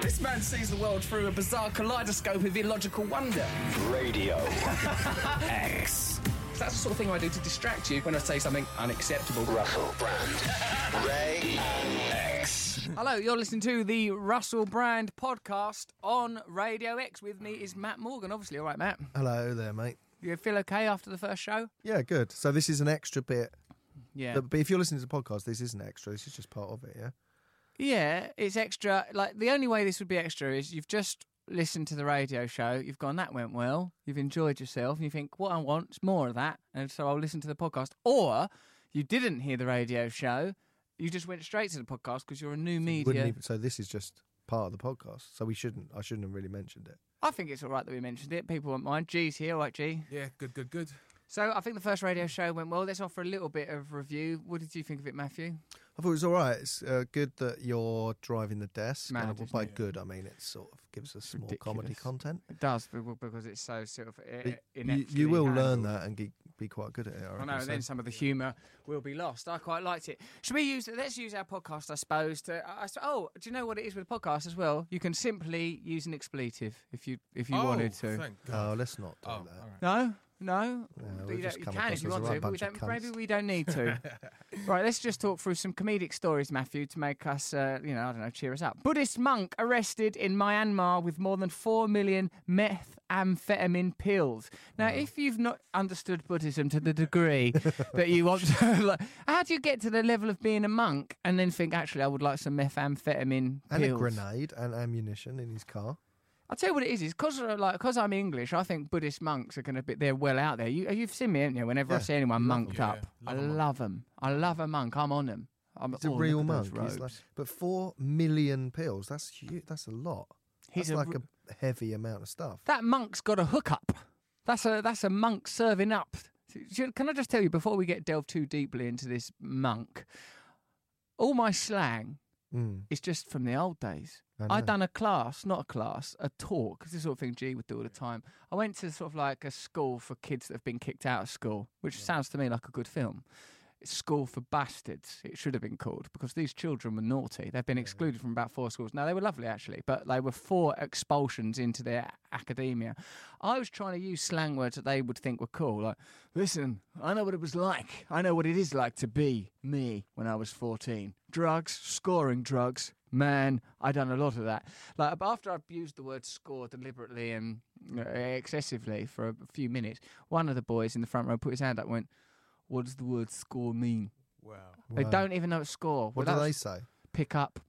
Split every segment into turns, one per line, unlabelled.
This man sees the world through a bizarre kaleidoscope of illogical wonder.
Radio X.
So that's the sort of thing I do to distract you when I say something unacceptable.
Russell Brand. Ray X.
Hello, you're listening to the Russell Brand podcast on Radio X. With me is Matt Morgan, obviously. All right, Matt.
Hello there, mate.
You feel okay after the first show?
Yeah, good. So this is an extra bit.
Yeah.
But if you're listening to the podcast, this isn't extra. This is just part of it, yeah?
Yeah, it's extra. Like, the only way this would be extra is you've just listened to the radio show, you've gone, that went well, you've enjoyed yourself, and you think, what I want is more of that, and so I'll listen to the podcast. Or you didn't hear the radio show, you just went straight to the podcast because you're a new media.
Wouldn't even, so this is just part of the podcast. So we shouldn't, I shouldn't have really mentioned it.
I think it's all right that we mentioned it. People won't mind. G's here, all right, G.
Yeah, good, good, good.
So I think the first radio show went well. Let's offer a little bit of review. What did you think of it, Matthew?
I thought it was all right. It's uh, good that you're driving the desk.
Mad,
And
isn't
by
it?
good, I mean it sort of gives us more
Ridiculous.
comedy content.
It does be- because it's so sort of i-
But You,
ineptly
you will learn
handled.
that and ge- be quite good at it. I,
I
reckon,
know.
so.
Then some of the humour will be lost. I quite liked it. Should we use? Let's use our podcast, I suppose. To I, I, s- oh, do you know what it is with a podcast as well? You can simply use an expletive if you if you
oh,
wanted to.
Thank
Oh,
God.
let's not do
Oh,
that.
all right.
No, no.
Yeah,
But
we've
you,
just
don't- you
come
can
across
if you
as a
want
right
to, but we
bunch of
don't, maybe
cunts.
we don't need to. right, let's just talk through some comedic stories, Matthew, to make us, uh, you know, I don't know, cheer us up. Buddhist monk arrested in Myanmar with more than 4 million methamphetamine pills. Now,
Mm.
if you've not understood Buddhism to the degree that you want to, like, how do you get to the level of being a monk and then think, actually, I would like some methamphetamine
And a
pills?
grenade and ammunition in his car.
I'll tell you what it is. Is because like because I'm English, I think Buddhist monks are going to be they're well out there. You uh, you've seen me, haven't you? Whenever I
Yeah.
see anyone monked
Yeah,
up,
love
I
a monk.
love them. I love a monk. I'm on them. I'm
He's a
all
real
over Oh, those
monk. He's like,
robes.
but four million pills. That's huge. That's a lot.
He's
He's
a
that's like
r-
a heavy amount of stuff.
that monk's got a hookup. That's a that's a monk serving up. Should- Can I just tell you before we get delved too deeply into this monk? All my slang
Mm,
is just from the old days.
I
I
know.
done a class, not a class, a talk. 'cause This is the sort of thing G would do all the time. I went to sort of like a school for kids that have been kicked out of school, which sounds to me like a good film. It's School for Bastards, it should have been called, because these children were naughty. They've been excluded from about four schools. Now, they were lovely, actually, but they were four expulsions into their academia. I was trying to use slang words that they would think were cool. Like, listen, I know what it was like. I know what it is like to be me when I was 14. Drugs, scoring drugs. Man, I done a lot of that. Like but after I've used the word "score" deliberately and uh, excessively for a few minutes, one of the boys in the front row put his hand up, and went, "What does the word score mean?"
Wow.
They
wow.
don't even know what score.
What
Well,
do they
that's
say?
pick up?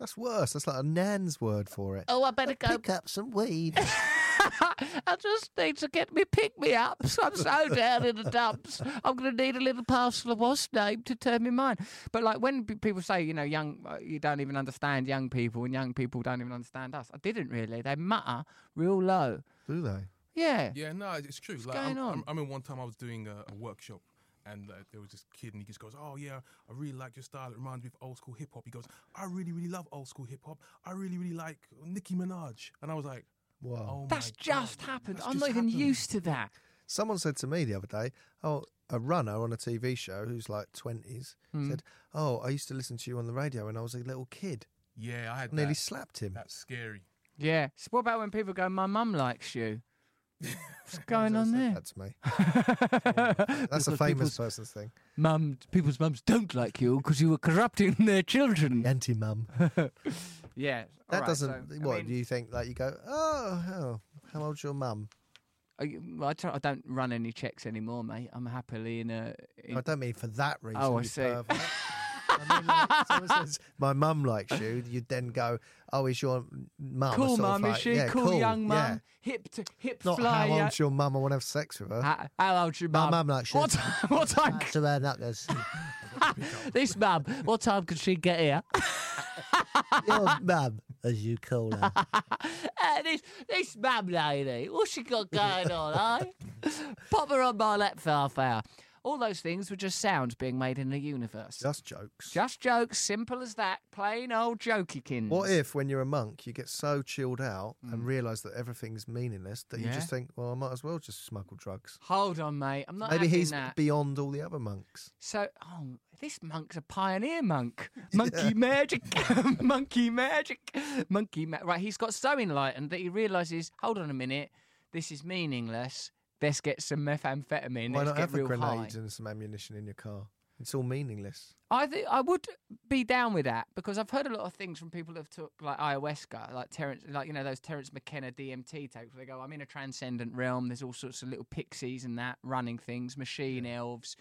That's worse. That's like a nan's word for it.
Oh, I better go
Pick up some weed.
I just need to get me pick me ups. I'm so down in the dumps. I'm going to need a little parcel of wasp name to turn me mind. But like when p- people say, you know, young, uh, you don't even understand young people, and young people don't even understand us. I didn't really. They mutter real low.
do they?
Yeah.
Yeah, no, it's true. like,
going
I'm- I'm-
on?
I remember one time I was doing a, a workshop. And like, there was this kid, and he just goes, "Oh yeah, I really like your style. It reminds me of old school hip hop." He goes, "I really, really love old school hip hop. I really, really like Nicki Minaj." And I was like,
Wow.
"Oh,
That's
my
just
God,
happened.
that's
I'm
just
not even
happened."
used to that.
Someone said to me the other day, oh, a runner on a TV show who's like 20s
Hmm.
said, oh, I used to listen to you on the radio when I was a little kid.
Yeah, I had
I nearly
that.
slapped him.
That's scary.
Yeah. So what about when people go, my mum likes you? What's going on there?
That's me. That's a famous person's thing.
Mum, people's mums don't like you because you were corrupting their children. Yeah.
Anti mum. That
alright,
doesn't.
so, I
what
mean-
do you think? Like you go, oh, how, how old's your mum?
I, I, try, I don't run any checks anymore, mate. I'm happily in a. In,
I don't mean for that reason.
Oh, I
you
see.
pervert. I mean, like, someone says, my mum likes you. You'd then go, "Oh, is your mum a
cool
sort of
mum, is
like-
she?
yeah,
cool, young
yeah.
mum. Hip to hip
Not
fly.
how
yeah.
old's your mum? I want to have sex with her.
How- how old's your
My
mum?
mum likes
What
you.
time? What time?
to her knuckles.
this mum. What time could she get here?
your mum, as you call her.
Uh, this this eh? mum lady. What's she got going on? eh? Pop her on my lap for half hour. All those things were just sounds being made in the universe.
Just jokes.
Just jokes, simple as that. Plain old jokykins.
What if, when you're a monk, you get so chilled out and realise that everything's meaningless that you
Mm. Yeah.
just think, well, I might as well just smuggle drugs.
Hold on, mate. I'm not
Maybe
having
he's
that.
beyond all the other monks.
So, oh, this monk's a pioneer monk. Monkey magic. Monkey magic. Monkey ma- Right, he's got so enlightened that he realises, hold on a minute, this is meaningless. Let's get some methamphetamine.
Why
Let's
not
get
have a
real
grenade
high.
and some ammunition in your car? It's all meaningless.
I think I would be down with that because I've heard a lot of things from people that have took like ayahuasca, like Terrence, like you know those Terrence McKenna DMT takes where they go, I'm in a transcendent realm. There's all sorts of little pixies and that running things, machine elves,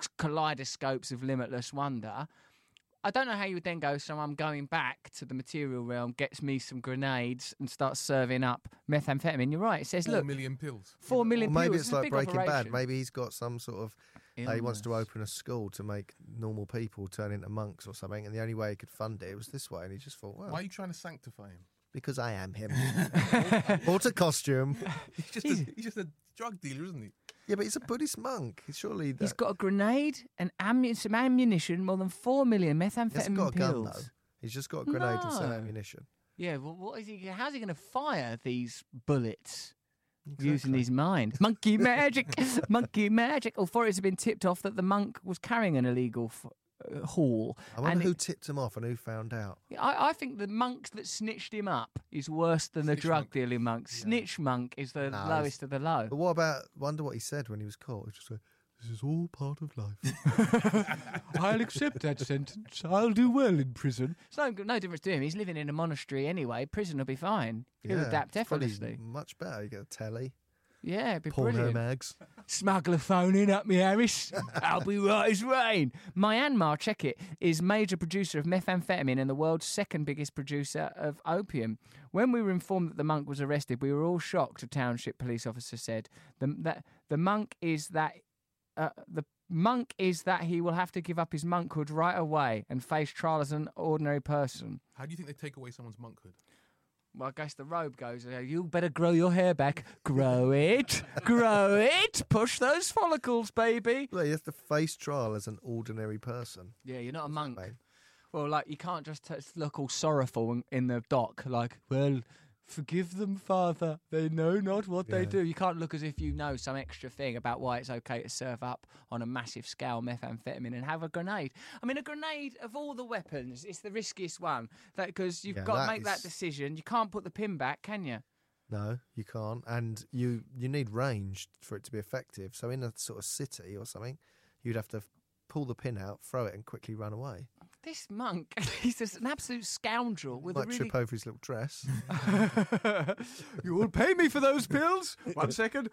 c- kaleidoscopes of limitless wonder. I don't know how you would then go. So I'm going back to the material realm, gets me some grenades and starts serving up methamphetamine. You're right. It says,
Four
look,
million pills.
four
Or
million.
maybe
viewers,
it's
a
like
big
Breaking Bad.
operation.
Maybe he's got some sort of. uh, he wants to open a school to make normal people turn into monks or something, and the only way he could fund it was this way. And he just thought, well,
Why are you trying to sanctify him?
because I am him. Bought a costume.
He's just, a, he's just a drug dealer, isn't he?
Yeah, but he's a Buddhist monk. He's surely that,
He's got a grenade, an ammu- some ammunition, more than four million methamphetamine
he hasn't got a gun
pills.
though. He's just got a grenade and some
No.
ammunition.
Yeah, well, what is he? How's he going to fire these bullets? Using
Exactly.
his mind, monkey magic, monkey magic. Authorities have been tipped off that the monk was carrying an illegal f- uh, haul.
I wonder
and
who tipped him off and who found out.
I, I think the monk that snitched him up is worse than the
Snitch
drug
monk.
dealing monk. Snitch monk is the
No, it's- Oh.
lowest of the low.
But what about? Wonder what he said when he was caught. He just like, "This is all part of life."
I'll accept that sentence. I'll do well in prison. It's no, no difference to him. He's living in a monastery anyway. Prison will be fine. He'll
Yeah,
adapt
it's probably
effortlessly.
Much better. You get a telly,
Yeah, it'd be
porno
brilliant.
mags.
Smuggler phoning up me, Harris. I'll be right as rain. Myanmar, check it, is major producer of methamphetamine and the world's second biggest producer of opium. When we were informed that the monk was arrested, we were all shocked, a township police officer said. The, that, the monk is that. Uh, the monk is that he will have to give up his monkhood right away and face trial as an ordinary person.
How do you think they take away someone's monkhood?
Well, I guess the robe goes, uh, you better grow your hair back. Grow it. grow it. Push those follicles, baby.
Well, he has to face trial as an ordinary person.
Yeah, you're not a monk.
mate?
Well, like you can't just t- look all sorrowful in, in the dock. Like, well, forgive them, Father. They know not what they
Yeah.
do. You can't look as if you know some extra thing about why it's okay to serve up on a massive scale methamphetamine and have a grenade. I mean, a grenade of all the weapons, it's the riskiest one because you've
Yeah,
got to
that
make that
is-
decision. You can't put the pin back, can you?
No, you can't. And you you need range for it to be effective. So in a sort of city or something, you'd have to f- pull the pin out, throw it, and quickly run away.
This monk, he's just an absolute scoundrel with
Might
a really
trip over his little dress.
you will pay me for those pills. One second.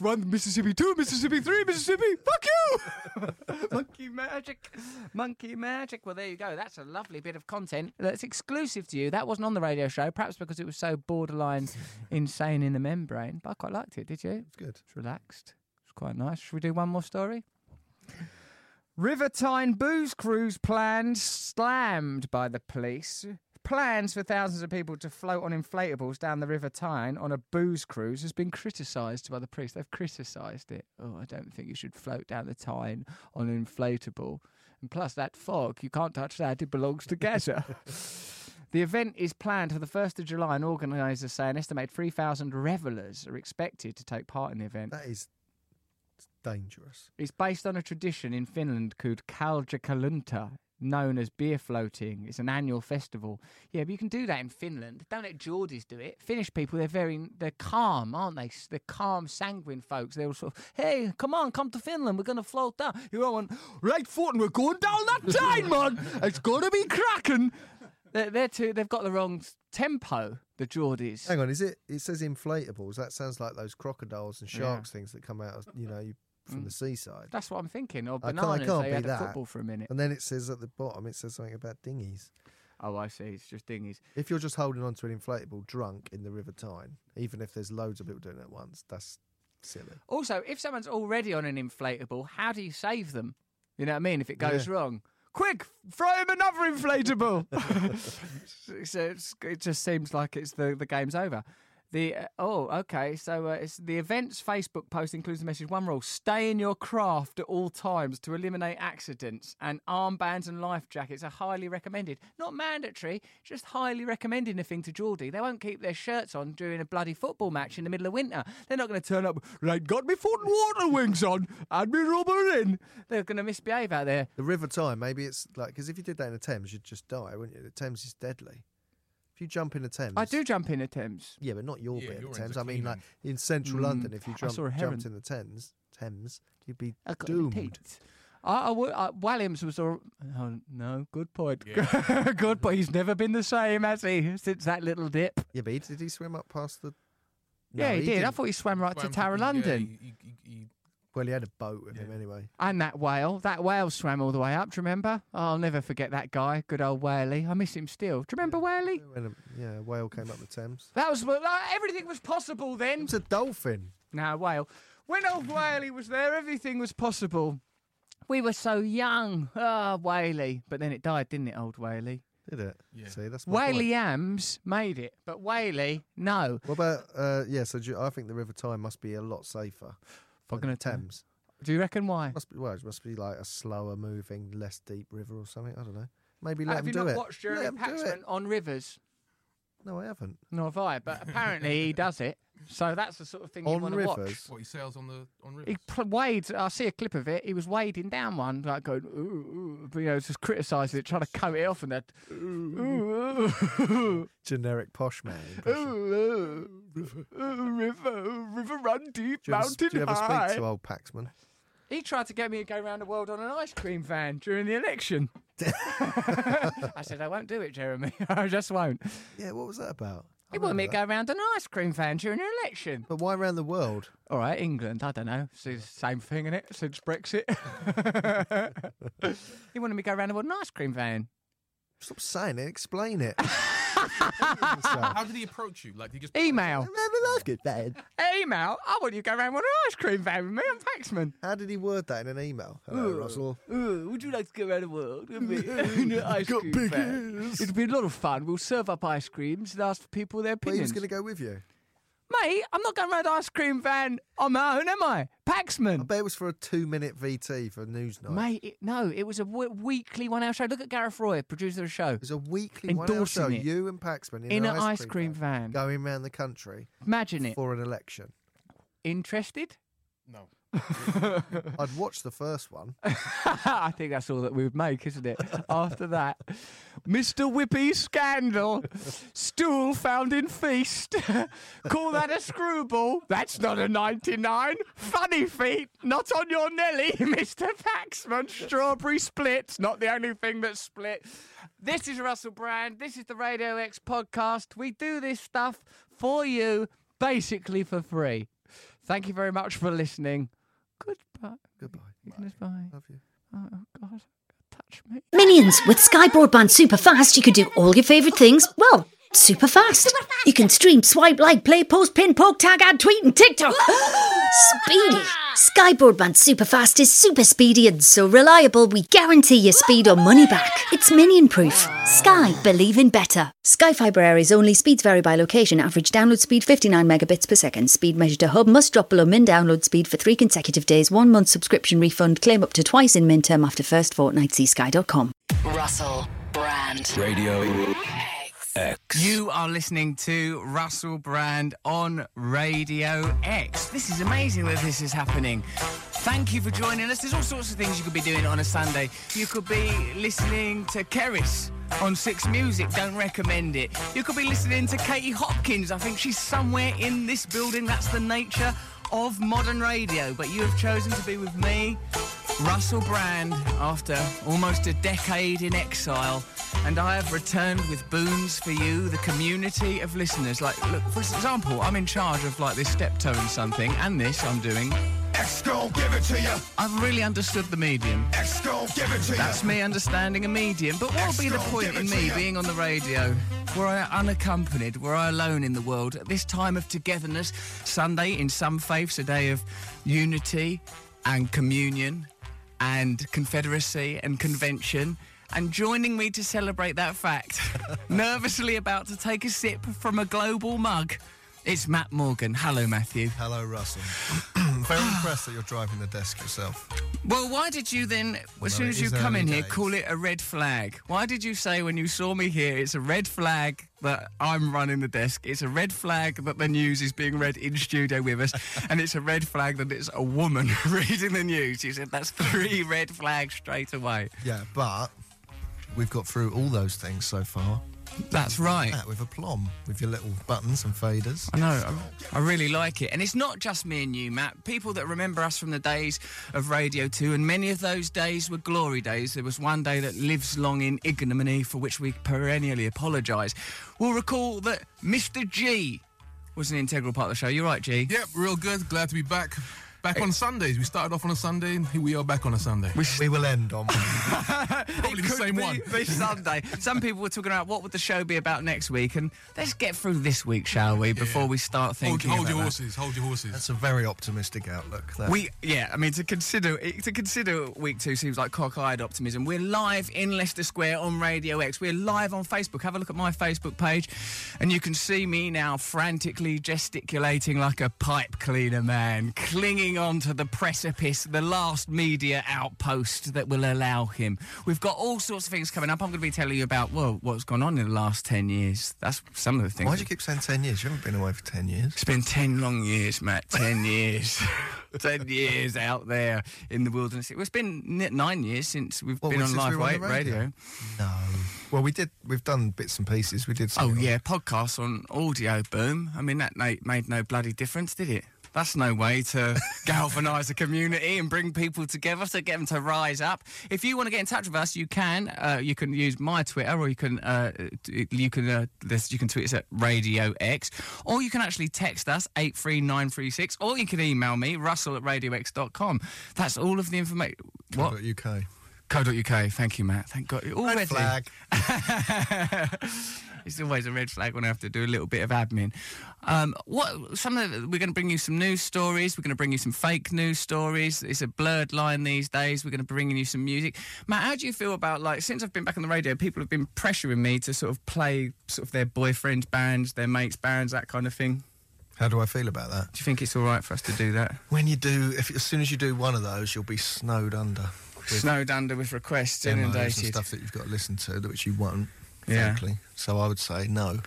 One Mississippi, two Mississippi, three Mississippi. Fuck you! Monkey magic. Monkey magic. Well, there you go. That's a lovely bit of content that's exclusive to you. That wasn't on the radio show, perhaps because it was so borderline insane in the membrane. But I quite liked it, did you?
it's good.
It's relaxed. It's quite nice. Should we do one more story? Rivertine booze cruise plans slammed by the police. Plans for thousands of people to float on inflatables down the River Tyne on a booze cruise has been criticised by the police. They've criticised it. Oh, I don't think you should float down the Tyne on an inflatable. And plus, that fog, you can't touch that, it belongs to Gaza. The event is planned for the 1st of July, and organisers say an estimated 3,000 revellers are expected to take part in the event.
That is dangerous.
It's based on a tradition in Finland called Kaljakalunta, known as beer floating. It's an annual festival. Yeah, but you can do that in Finland. Don't let Geordies do it. Finnish people, they're very, they're calm, aren't they? S- They're calm, sanguine folks. They're all sort of, hey, come on, come to Finland. We're going to float down. You're all on, right foot and we're going down that time, man. It's going to be cracking. They're, they're too, they've got the wrong s- tempo, the Geordies.
Hang on, is it? It says inflatables. That sounds like those crocodiles and sharks things that come out, of, you know, you,
Mm.
from the seaside.
That's what I'm thinking. Or
I can't- I
bananas.
can't
they
be
had a
that.
football for a minute.
And then it says at the bottom, it says something about dinghies.
Oh, I see. It's just dinghies.
If you're just holding on to an inflatable drunk in the River Tyne, even if there's loads of people doing it at once, that's silly.
Also, if someone's already on an inflatable, how do you save them? You know what I mean? If it goes wrong, quick, throw him another inflatable. so it's, it just seems like it's the, the game's over. The uh, oh, okay. So uh, it's the event's Facebook post includes the message: one rule, stay in your craft at all times to eliminate accidents, and armbands and life jackets are highly recommended. Not mandatory, just highly recommending a thing to Geordie. They won't keep their shirts on during a bloody football match in the middle of winter. They're not going to turn up. They got me foot and water wings on and me rubber in. They're going to misbehave out there.
The River Tyne, maybe it's like because if you did that in the Thames, you'd just die, wouldn't you? The Thames is deadly. If you jump in the Thames,
I do jump in the Thames.
Yeah, but not your
Yeah,
bit
your
of the
end's
Thames.
a
I mean,
clean
like
end.
in central London, if you
Mm, I
jump,
saw a heron.
jumped in the Thames, Thames, you'd be
I got
doomed.
teeth. I, I, would- I, Williams was all. Oh, no, good point.
Yeah.
good point. He's never been the same, has he? Since that little dip.
Yeah, but he, did he swim up past the?
yeah,
No,
he, did. I
didn't.
thought he swam right
Swam
to Tower of
yeah,
London.
he- he- he-
Well, he had a boat with him
Yeah.
anyway.
And that whale. That whale swam all the way up, do you remember? Oh, I'll never forget that guy. Good old Whaley. I miss him still. Do you remember Whaley?
When a, yeah, a whale came up the Thames.
That was. Like, everything was possible
It
then.
was a dolphin.
Now, Whale. When old Whaley was there, everything was possible. We were so young. Ah, Whaley. But then it died, didn't it, old Whaley?
Did it?
Yeah.
See, that's my point.
Whaley Ams made it, but Whaley, no.
What about? Uh, yeah, so do you, I think the River Tyne must be a lot safer. than
gonna
the
tell-
Thames.
Do you reckon why?
Must be well, it must be like a slower moving, less deep river or something. I don't know. Maybe let
Have
him
you
do
not
it.
watched
Let
Jeremy
'em do
Paxman
it.
on Rivers?
No, I haven't.
Nor have I, but apparently he does it. So that's the sort of thing you
On
want to watch.
rivers.
what he sails on the on rivers.
He pl- wades. I see a clip of it. He was wading down one, like going, ooh, ooh," you know, just criticising it, trying to coat it off, and that, ooh, ooh,
Generic posh man.
ooh,
impression.
ooh, river, river, river run deep,
Do you, ever, s-
mountain
do you ever
high.
speak to old Paxman?
He tried to get me to go round the world on an ice cream van during the election. I said, I won't do it, Jeremy. I just won't.
Yeah, what was that about? I
He wanted me to
remember
go round an ice cream van during an election.
that. But why around the world?
All right, England, I don't know. It's the same thing, in it? Since Brexit. he wanted me to go round the world in an ice cream van.
Stop saying it. Explain it. Remember
How did he approach you? Like, did he just
Email.
that's good, man.
Email. I want you to go round with an ice cream van with me. I'm taxman.
How did he word that in an email? Hello, Russell.
Ooh, would you like to go around the world with me in an ice cream van? It'd be a lot of fun. We'll serve up ice creams and ask people their
But he
opinions.
was going to go with you.
Mate, I'm not going round an ice cream van on my own, am I?
I
Paxman.
bet it was for a two-minute VT for Newsnight.
Mate, it, no, it was a w- weekly one-hour show. Look at Gareth Roy, producer of the show.
It was a weekly one-hour
Endorsing
show.
it.
You and Paxman in,
In an ice cream van.
going around the country
Imagine it.
for an election.
Interested?
no?
I'd watched the first one.
I think that's all that we would make, isn't it? After that, Mr. Whippy scandal, stool found in feast. Call that a screwball? That's not a 99. Funny feet, not on your Nelly, Mr. Paxman. Strawberry splits, not the only thing that's split. This is Russell Brand. This is the Radio X podcast. We do this stuff for you, basically for free. Thank you very much for listening. Goodbye.
Goodbye.
Goodbye.
Love you.
Oh God, touch me.
Minions, with Sky Broadband super fast, you can do all your favourite things, well, super fast. You can stream, swipe, like, play, post, pin, poke, tag, add, tweet, and TikTok. Speedy! Sky Broadband super fast is super speedy and so reliable, we guarantee your speed or money back. It's minion proof. Sky, believe in better. Sky Fibre Area's only speeds vary by location. Average download speed 59 megabits per second. Speed measured to hub must drop below min download speed for three consecutive days. One month subscription refund. Claim up to twice in min term after first fortnight. See sky.com.
Russell Brand.
Radio X.
You are listening to Russell Brand on Radio X. This is amazing that this is happening. Thank you for joining us. There's all sorts of things you could be doing on a Sunday. You could be listening to Keris on Six Music. Don't recommend it. You could be listening to Katie Hopkins. I think she's somewhere in this building. That's the nature of modern radio. But you have chosen to be with me Russell Brand, after almost a decade in exile, and I have returned with boons for you, the community of listeners. Like, look, for example, I'm in charge of like this steptoe and something, and this I'm doing.
X gon' give it to ya.
I've really understood the medium.
X gon' give it to ya.
That's me understanding a medium. But what will be the point in me being on the radio? Were I unaccompanied? Were I alone in the world at this time of togetherness? Sunday, in some faiths, a day of unity and communion and confederacy and convention. And joining me to celebrate that fact, nervously about to take a sip from a global mug, It's Matt Morgan. Hello, Matthew.
Hello, Russell. Very impressed that you're driving the desk yourself.
Well, why did you then, as soon
it
as you
is
come
early
in here,
days.
call it a red flag? Why did you say when you saw me here, it's a red flag that I'm running the desk? It's a red flag that the news is being read in studio with us, and it's a red flag that it's a woman reading the news. You said that's three red flags straight away.
Yeah, but we've got through all those things so far.
That's right.
That with aplomb, with your little buttons and faders.
I know. I, I really like it. And it's not just me and you, Matt. People that remember us from the days of Radio 2, and many of those days were glory days. There was one day that lives long in ignominy for which we perennially apologise. We'll recall that Mr. G was an integral part of the show. You're right, G.
Yep, real good. Glad to be back. Back on Sundays. We started off on a Sunday, and here we are back on a Sunday.
We will end on.
Probably the same one.
This Sunday. Some people were talking about what would the show be about next week, and let's get through this week, shall we, before we start
Hold,
thinking.
hold
about
your
that.
horses. Hold your horses.
That's a very optimistic outlook. That.
We yeah, I mean to consider to consider week two seems like cock-eyed optimism. We're live in Leicester Square on Radio X. We're live on Facebook. Have a look at my Facebook page, and you can see me now frantically gesticulating like a pipe cleaner man, clinging onto the precipice, the last media outpost that will allow him. We've got all sorts of things coming up. I'm going to be telling you about well what's gone on in the last ten years. That's some of the things.
Why do you keep saying 10 years? You haven't been away for 10 years.
It's been 10 long years, Matt. 10 years. 10 years out there in the wilderness. It's been ni- nine years since we've
What,
been on
since
live
we were on the
Wa- radio.
radio? No. Well, we did. We've done bits and pieces. We did.
Oh,
something
yeah, podcasts on audio boom. I mean, that na- made no bloody difference, did it? That's no way to galvanise a community and bring people together to get them to rise up. If you want to get in touch with us, you can. Uh, you can use my Twitter, or you can uh, t- you can uh, this, you can tweet us at Radio X, or you can actually text us eight three nine three six, or you can email me Russell at RadioX.com. That's all of the information.
on
What?
UK.
Co.uk. Thank you, Matt. Thank God. Already.
Red flag.
it's always a red flag when I have to do a little bit of admin. Um, what some of the, we're going to bring you some news stories. We're going to bring you some fake news stories. It's a blurred line these days. We're going to bring you some music. Matt, how do you feel about like since I've been back on the radio, people have been pressuring me to sort of play sort of their boyfriend's bands, their mates' bands, that kind of thing.
How do I feel about that?
Do you think it's all right for us to do that?
When you do, if as soon as you do one of those, you'll be snowed under. with
Snowed under with requests,
demos and
inundated.
stuff that you've got to listen to, that which you won't.
Yeah.
Frankly. So I would say no.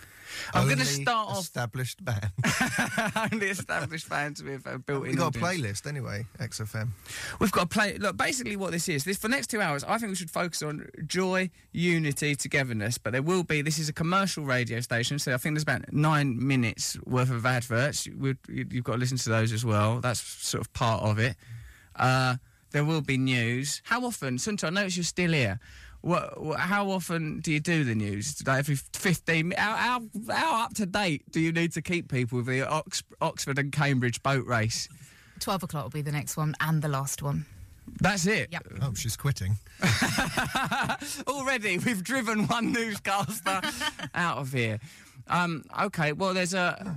I'm gonna
Only
start off-
Established band.
Only established fans with a built-in.
we got a
audience.
playlist anyway. XFM.
We've got to play. Look, basically, what this is, this for the next two hours, I think we should focus on joy, unity, togetherness. But there will be. This is a commercial radio station, so I think there's about nine minutes worth of adverts. You- we- you- You've got to listen to those as well. That's sort of part of it. Uh, there will be news. How often, Sunto? I notice you're still here. What, what, how often do you do the news? Like every 15 mi- how, how, how up to date do you need to keep people with the Ox, Oxford and Cambridge boat race?
12 o'clock will be the next one and the last one.
That's it.
Yep.
Oh, she's quitting.
Already, we've driven one newscaster out of here. Um, okay, well, there's a.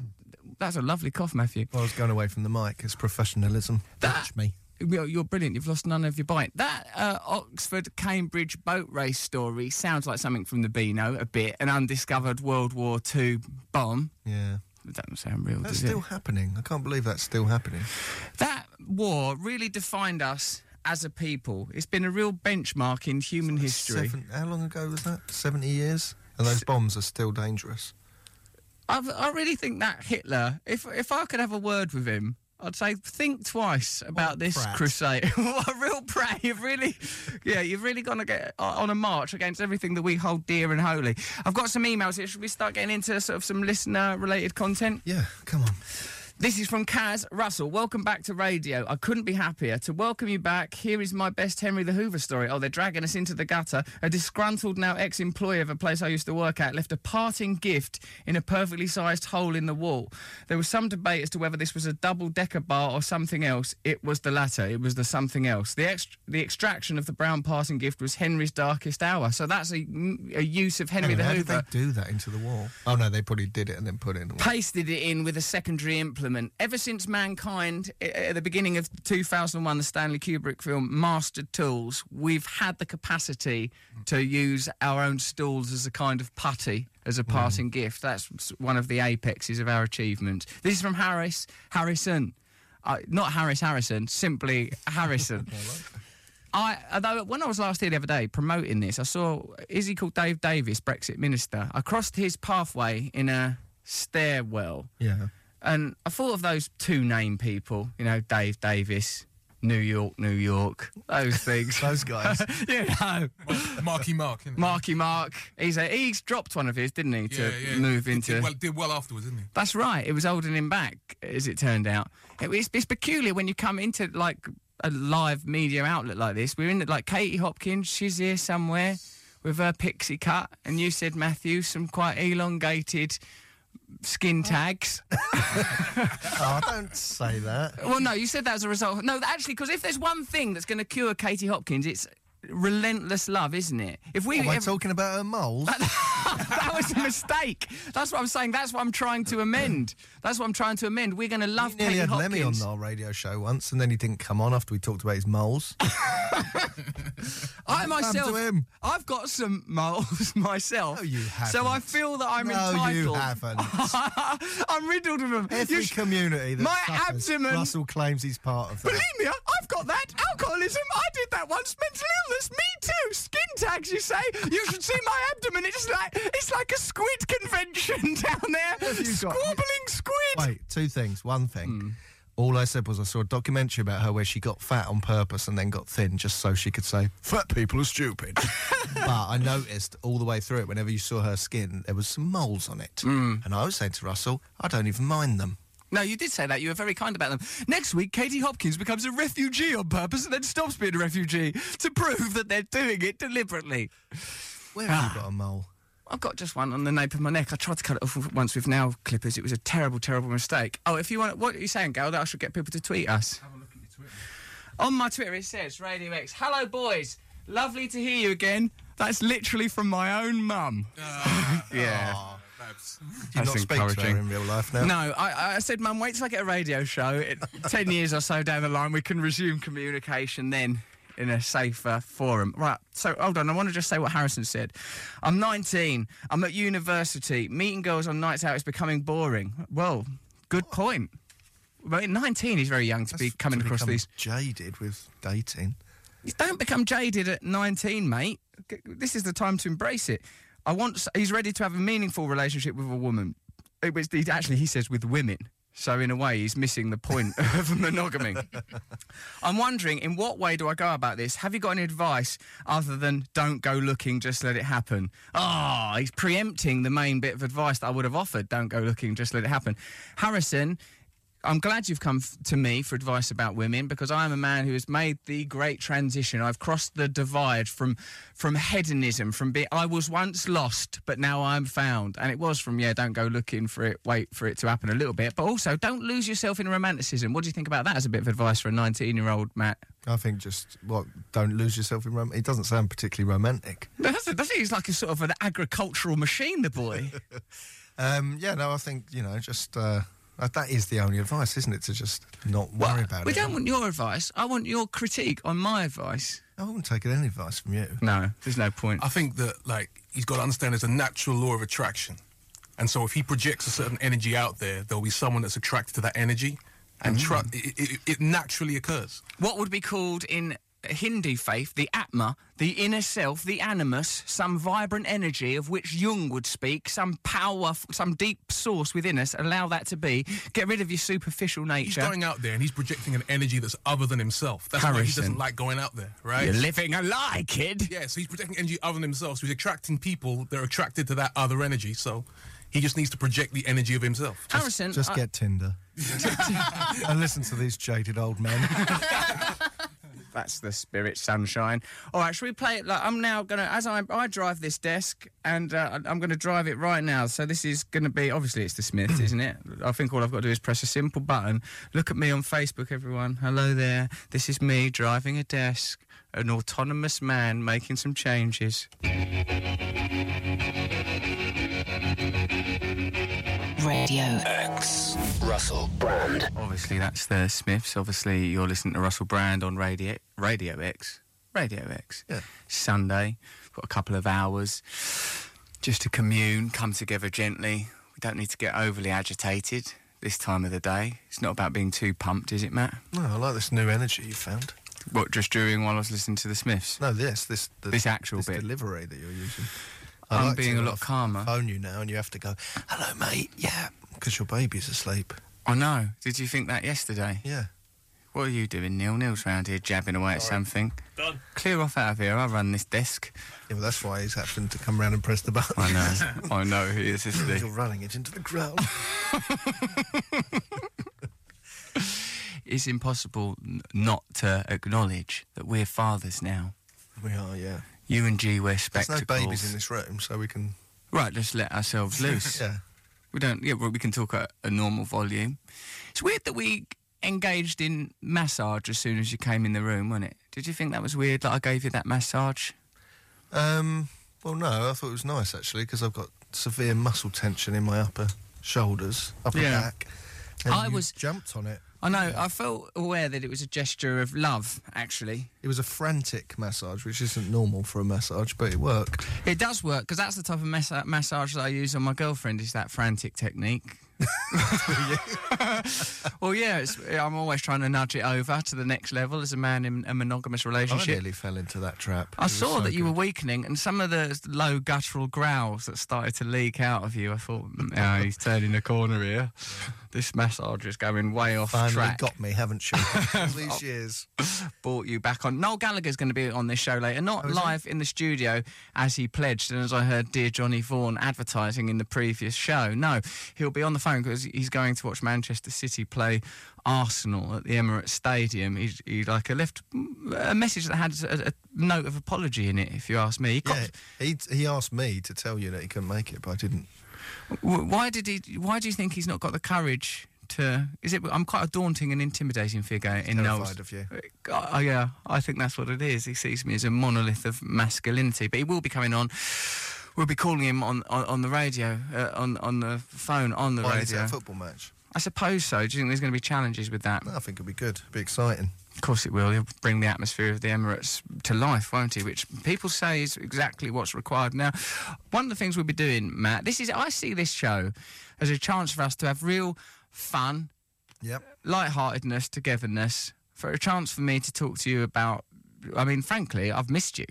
That's a lovely cough, Matthew.
Well, I was going away from the mic. It's professionalism. Touch me.
You're you're brilliant. You've lost none of your bite. That uh, Oxford Cambridge boat race story sounds like something from the Beano a bit, an undiscovered World War II bomb.
Yeah.
It doesn't sound real,
That's
does
still
it?
happening. I can't believe that's still happening.
That war really defined us as a people. It's been a real benchmark in human history.
Seven, how long ago was that? 70 years? And those bombs are still dangerous.
I've, I really think that Hitler, if if I could have a word with him, I'd say think twice about this
prat.
crusade. what a real prat! You've really, yeah, you've really gone to get uh, on a march against everything that we hold dear and holy. I've got some emails here. Should we start getting into sort of some listener-related content?
Yeah, come on.
This is from Kaz Russell. Welcome back to radio. I couldn't be happier to welcome you back. Here is my best Henry the Hoover story. Oh, they're dragging us into the gutter. A disgruntled now ex employee of a place I used to work at left a parting gift in a perfectly sized hole in the wall. There was some debate as to whether this was a double decker bar or something else. It was the latter. It was the something else. The, ext- the extraction of the brown parting gift was Henry's darkest hour. So that's a, a use of Henry
Hang on,
the
how did
Hoover
they do that into the wall? Oh, no, they probably did it and then put it in the wall.
pasted it in with a secondary implement. Ever since mankind, i- at the beginning of 2001, the Stanley Kubrick film Mastered Tools, we've had the capacity to use our own stools as a kind of putty. as a passing gift. That's s- one of the apexes of our achievement. This is from Harris Harrison, uh, not Harris Harrison, simply Harrison. I although when I was last here the other day promoting this, I saw is he called Dave Davis, Brexit minister. I crossed his pathway in a stairwell.
Yeah.
And I thought of those two name people, you know, Dave Davis, New York, New York, those things.
Those guys.
you know,
Marky Mark. innit?
Marky Mark. He's a, he's dropped one of his, didn't he, to move
He
into.
Did well, did well afterwards, didn't he?
That's right. It was holding him back, as it turned out. It, it's, it's peculiar when you come into like a live media outlet like this. We're in it, like Katie Hopkins. She's here somewhere with her pixie cut, and you said Matthew some quite elongated skin tags.
Oh, don't say that.
Well, no, you said that as a result. No, actually, because if there's one thing that's going to cure Katie Hopkins, it's relentless love, isn't it? If we
Am Oh, I
if-
talking about her moles?
that was a mistake. That's what I'm saying. That's what I'm trying to amend. That's what I'm trying to amend. We're going to love
We nearly
Katie
had
Hopkins.
Lemmy on our radio show once, and then he didn't come on after we talked about his moles.
I
happened to
myself,
him?
I've got some moles myself.
No, you
So I
haven't.
feel that I'm
no,
entitled.
you haven't.
I'm riddled with them.
Every
You sh-
community that
my
suffers,
abdomen-
Russell claims he's part of that.
Believe me, I- I've got that. Alcoholism, I did that once. Mental illness, me too. Skin tags, you say? You should see my abdomen. It's like it's like a squid convention down there.
Have you got-
Squabbling squid.
Wait, two things. One thing.
Hmm.
All I said was I saw a documentary about her where she got fat on purpose and then got thin just so she could say, fat people are stupid. but I noticed all the way through it, whenever you saw her skin, there was some moles on it.
Hmm.
And I was saying to Russell, I don't even mind them.
No, you did say that. You were very kind about them. Next week, Katie Hopkins becomes a refugee on purpose and then stops being a refugee to prove that they're doing it deliberately.
Where have
Ah.
you got a mole?
I've got just one on the nape of my neck. I tried to cut it off once with nail clippers. It was a terrible, terrible mistake. Oh, if you want, what are you saying, Gail? That I should get people to tweet us.
Have a look at your Twitter.
On my Twitter, it says Radio X. Hello, boys. Lovely to hear you again. That's literally from my own mum. yeah.
Babs.
Ah, Do you
That's
not speak to
encouraging.
her in real life now?
No, I, I said, Mum, wait till I get a radio show. It, Ten years or so down the line, we can resume communication then in a safer forum. Right, so hold on, I want to just say what Harrison said. I'm 19, I'm at university. Meeting girls on nights out is becoming boring. Well, good point. Well, at 19 is very young to be
That's
coming
to
across
become
these.
Jaded with dating.
You don't become jaded at 19, mate. G- This is the time to embrace it. I want. s- He's ready to have a meaningful relationship with a woman. It was he, actually he says with women. So in a way, he's missing the point of monogamy. I'm wondering, in what way do I go about this? Have you got any advice other than don't go looking, just let it happen? Ah, he's preempting the main bit of advice that I would have offered. Don't go looking, just let it happen. Harrison, I'm glad you've come f- to me for advice about women because I am a man who has made the great transition. I've crossed the divide from from hedonism, from being I was once lost, but now I'm found. And it was from yeah, don't go looking for it, wait for it to happen a little bit, but also don't lose yourself in romanticism. What do you think about that as a bit of advice for a 19 year old Matt?
I think just, what, don't lose yourself in rom It doesn't sound particularly romantic.
That's, that's he's like a sort of an agricultural machine, the boy.
Um, yeah, no, I think, you know, just uh, that is the only advice, isn't it? To just not worry
Well,
about
we
it.
don't want your advice. I want your critique on my advice.
I wouldn't take any advice from you.
No, there's no point.
I think that like he's got to understand there's a natural law of attraction, and so if he projects a certain energy out there, there'll be someone that's attracted to that energy,
Mm.
and tru- it, it, it naturally occurs.
what would be called in Hindi faith the Atma, the inner self, the animus, some vibrant energy of which Jung would speak, some power, some deep source within us. Allow that to be. Get rid of your superficial
He's
nature.
going out there and he's projecting an energy that's other than himself. That's why he
Harrison.
doesn't like going out there, right?
You're living a lie, kid.
Yeah, so he's projecting energy other than himself. So he's attracting people that are attracted to that other energy. So he just needs to project the energy of himself.
Harrison,
Just
I-
get Tinder. and listen to these jaded old men.
That's the spirit, sunshine. All right, should we play it? Like I'm now gonna, as I I drive this desk, and uh, I'm gonna drive it right now. So this is gonna be obviously it's the Smiths, isn't it? I think all I've got to do is press a simple button. Look at me on Facebook, everyone. Hello there. This is me driving a desk, an autonomous man making some changes.
Radio
X. Russell Brand.
Obviously, that's the Smiths. Obviously, you're listening to Russell Brand on Radio Radio X. Radio X.
Yeah.
Sunday. Got a couple of hours. Just to commune, come together gently. We don't need to get overly agitated this time of the day. It's not about being too pumped, is it, Matt?
No, I like this new energy you found.
What, just during while I was listening to the Smiths?
No, this, this, the,
this actual
this
bit.
delivery that you're using.
I'm
liked it
being a
when
lot
I
calmer.
Phone you now, and you have to go. Hello, mate. Yeah, because your baby's asleep.
I know. Did you think that yesterday?
Yeah.
What are you doing, Neil? Neil's round here jabbing away at something.
Done.
Clear off out of here. I'll run this desk.
Yeah, well, that's why he's happened to come round and press the button.
I know. I know who this is.
You're running it into the ground.
It's impossible n- not to acknowledge that we're fathers now.
we are, yeah.
You and G wear
There's no
spectacles.
babies in this room, so we can.
Right, just let ourselves loose.
yeah.
We don't. Yeah, well, we can talk at a normal volume. It's weird that we engaged in massage as soon as you came in the room, wasn't it? Did you think that was weird that I gave you that massage?
Um, well, no, I thought it was nice actually because I've got severe muscle tension in my upper shoulders, upper
Yeah.
back. and
I
you
was-
jumped on it.
I know. I felt aware that it was a gesture of love. Actually,
It was a frantic massage, which isn't normal for a massage, but it worked.
it does work because that's the type of massa- massage that I use on my girlfriend. Is that frantic technique? well, yeah. It's, I'm always trying to nudge it over to the next level as a man in a monogamous
I
relationship.
nearly fell into that trap. Oh, It
I
was
saw
so
that you were
good.
weakening, and some of the low guttural growls that started to leak out of you. I thought, "Mm, oh, he's turning the corner here. This massage is going way off
finally
track.
got me, haven't you? All these years.
Brought you back on. Noel Gallagher's going to be on this show later, not
Oh, is he?
live in the studio as he pledged, and as I heard dear Johnny Vaughan advertising in the previous show. No, he'll be on the phone because he's going to watch Manchester City play Arsenal at the Emirates Stadium. He, he like a left a message that had a, a note of apology in it, if you ask me. He copped-
Yeah, he he asked me to tell you that he couldn't make it, but I didn't.
W- Why did he? Why do you think he's not got the courage to? Is it? I'm quite a daunting and intimidating figure in Noel's.
Terrified of you.
Oh, yeah, I think that's what it is. He sees me as a monolith of masculinity, but he will be coming on. We'll be calling him on, on, on the radio, uh, on on the phone, on the
Why is it
radio.
a football match?
I suppose so. Do you think there's going to be challenges with that?
No, I think it'll be good. It'll be exciting.
Of course it will. He'll bring the atmosphere of the Emirates to life, won't he? Which people say is exactly what's required. Now, one of the things we'll be doing, Matt, this is I see this show as a chance for us to have real fun,
Yep.
lightheartedness, togetherness, for a chance for me to talk to you about I mean, frankly, I've missed you.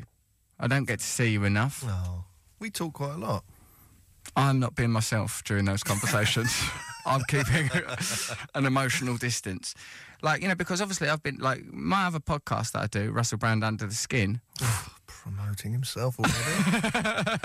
I don't get to see you enough.
No, we talk quite a lot.
I'm not being myself during those conversations. I'm keeping an emotional distance. Like, you know, because obviously I've been like my other podcast that I do, Russell Brand Under the Skin,
Promoting himself already.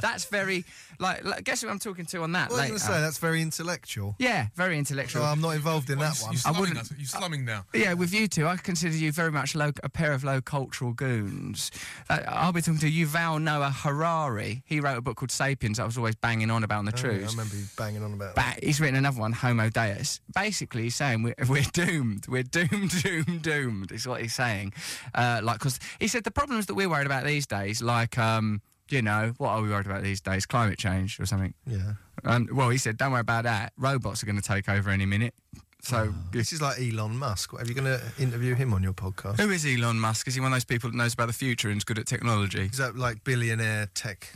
that's very like, like guess who I'm talking to on that
I was going
later.
to say that's very intellectual.
yeah, very intellectual.
So I'm not involved in that one.
You slumming,
wouldn't-
us. you slumming now.
yeah, with you two, I consider you very much low, a pair of low cultural goons. Uh, I'll be talking to Yuval Noah Harari. He wrote a book called *Sapiens* that I was always banging on about in the
Oh,
truth.
I remember you banging on about that.
But he's written another one, Homo Deus. Basically, he's saying we're, we're doomed. We're doomed, doomed, doomed, is what he's saying. Uh, like, because he said the problems that we're worried about these days, like, um, you know, what are we worried about these days? Climate change or something.
Yeah.
Um, well, he said, don't worry about that. Robots are going to take over any minute. So,
This is like Elon Musk. What, Are you going to interview him on your podcast?
who is Elon Musk? Is he one of those people that knows about the future and is good at technology?
Is that like billionaire tech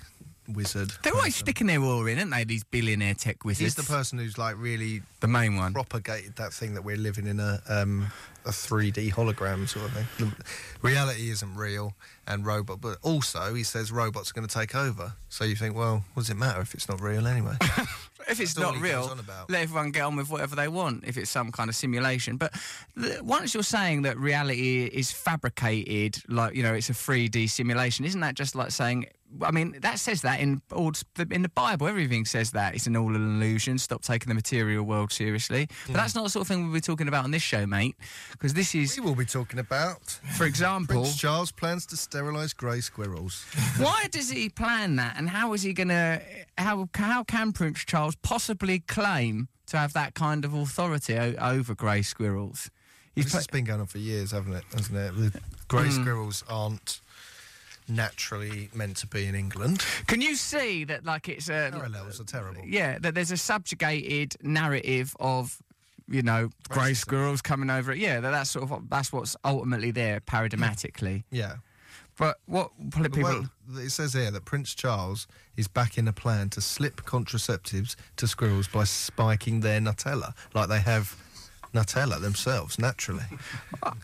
wizard?
They're always
person?
sticking their oar in, aren't they? These billionaire tech
He's
wizards.
the person who's like really
the main one.
propagated that thing that we're living in a um, a 3D hologram sort of thing. The- reality isn't real, and robot. But also, he says robots are going to take over. So you think, well, what does it matter if it's not real anyway?
if it's
That's all
not
he
real,
goes on about.
let everyone get on with whatever they want if it's some kind of simulation. But th- once you're saying that reality is fabricated, like you know, it's a 3D simulation, isn't that just like saying? I mean, that says that in all in the Bible, everything says that it's an all an illusion. Stop taking the material world seriously. But that's not the sort of thing we'll be talking about on this show, mate, because this is,
we will be talking about
for example,
Prince Charles plans to sterilise grey squirrels.
Why does he plan that, and how is he going to? How how can Prince Charles possibly claim to have that kind of authority o- over grey squirrels? He's Hmm.
this
pla-
has been going on for years, haven't it? Hasn't it? The grey squirrels aren't naturally meant to be in England.
can you see that? Like it's a
Parallels are terrible.
yeah, that there's a subjugated narrative of. You know, grey squirrels coming over it. Yeah, that, that's sort of what- that's what's ultimately there paradigmatically.
Yeah.
But what pl- people?
Well, it says here that Prince Charles is backing a plan to slip contraceptives to squirrels by spiking their Nutella, like they have Nutella themselves naturally.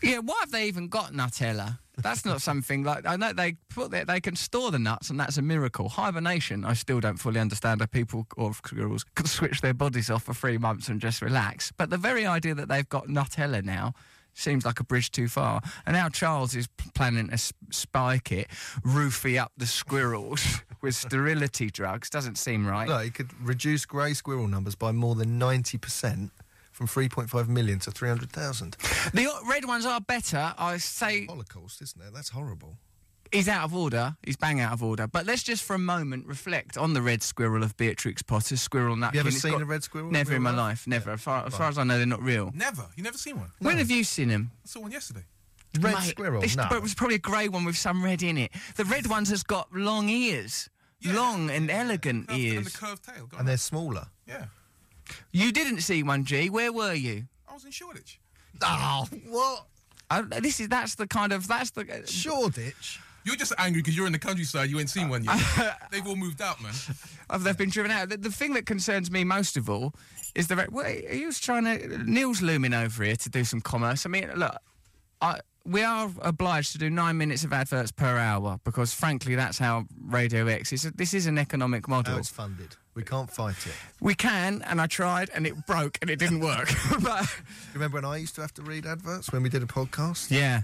yeah, why have they even got Nutella? That's not something like I know they put that they can store the nuts, and that's a miracle. Hibernation, I still don't fully understand how people or squirrels could switch their bodies off for three months and just relax. But the very idea that they've got Nutella now seems like a bridge too far. And now Charles is p- planning to s- spike it, roofie up the squirrels with sterility drugs. Doesn't seem right.
Look, it could reduce grey squirrel numbers by more than ninety percent. From 3.5 million to 300,000.
The o- red ones are better. I say
Holocaust, isn't it? That's horrible.
he's out of order. He's bang out of order. But let's just for a moment reflect on the red squirrel of Beatrix Potter's squirrel napkin.
haven't
It's
seen a red squirrel in
Never
real
in my
life?
life. Never. As, far, as far as I know, they're not real.
Never. You never seen one.
When have you seen them?
I saw one yesterday.
Red squirrel?
This,
No.
But it was probably a grey one with some red in it. The red ones has got long ears. Long and elegant
Curved- And the
ears.
curved tail. God,
And they're smaller.
yeah.
You didn't see one, G. Where were you?
I was in Shoreditch.
Oh, what?
I, this is that's the kind of that's the
Shoreditch?
You're just angry because you're in the countryside. You ain't seen one yet. They've all moved out, man.
of they've been driven out. The, the thing that concerns me most of all is the re- well, he was trying to Neil's looming over here to do some commerce. I mean, look, I. We are obliged to do nine minutes of adverts per hour because, frankly, that's how Radio X is. This is an economic model.
How it's funded. We can't fight it.
We can, and I tried, and it broke, and it didn't work. but
Remember when I used to have to read adverts when we did a podcast?
yeah,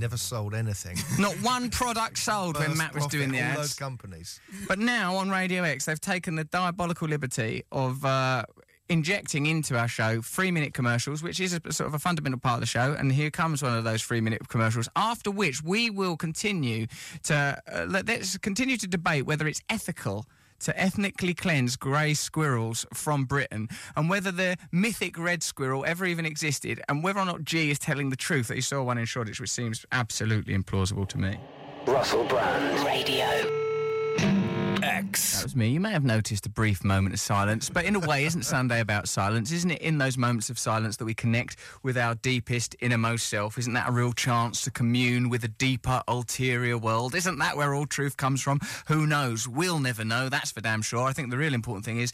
Never sold anything.
not one product sold when
First
Matt was
profit,
doing the
all
ads.
those companies.
But now on Radio X, they've taken the diabolical liberty of uh, injecting into our show three minute commercials, which is a, sort of a fundamental part of the show. And here comes one of those three minute commercials, after which we will continue to uh, let- let's continue to debate whether it's ethical. To ethnically cleanse grey squirrels from Britain, and whether the mythic red squirrel ever even existed, and whether or not G is telling the truth that he saw one in Shoreditch, which seems absolutely implausible to me.
Russell Brand.
Radio.
That was me. You may have noticed a brief moment of silence, but in a way, isn't Sunday about silence? Isn't it in those moments of silence that we connect with our deepest, innermost self? Isn't that a real chance to commune with a deeper, ulterior world? Isn't that where all truth comes from? Who knows? We'll never know. That's for damn sure. I think the real important thing is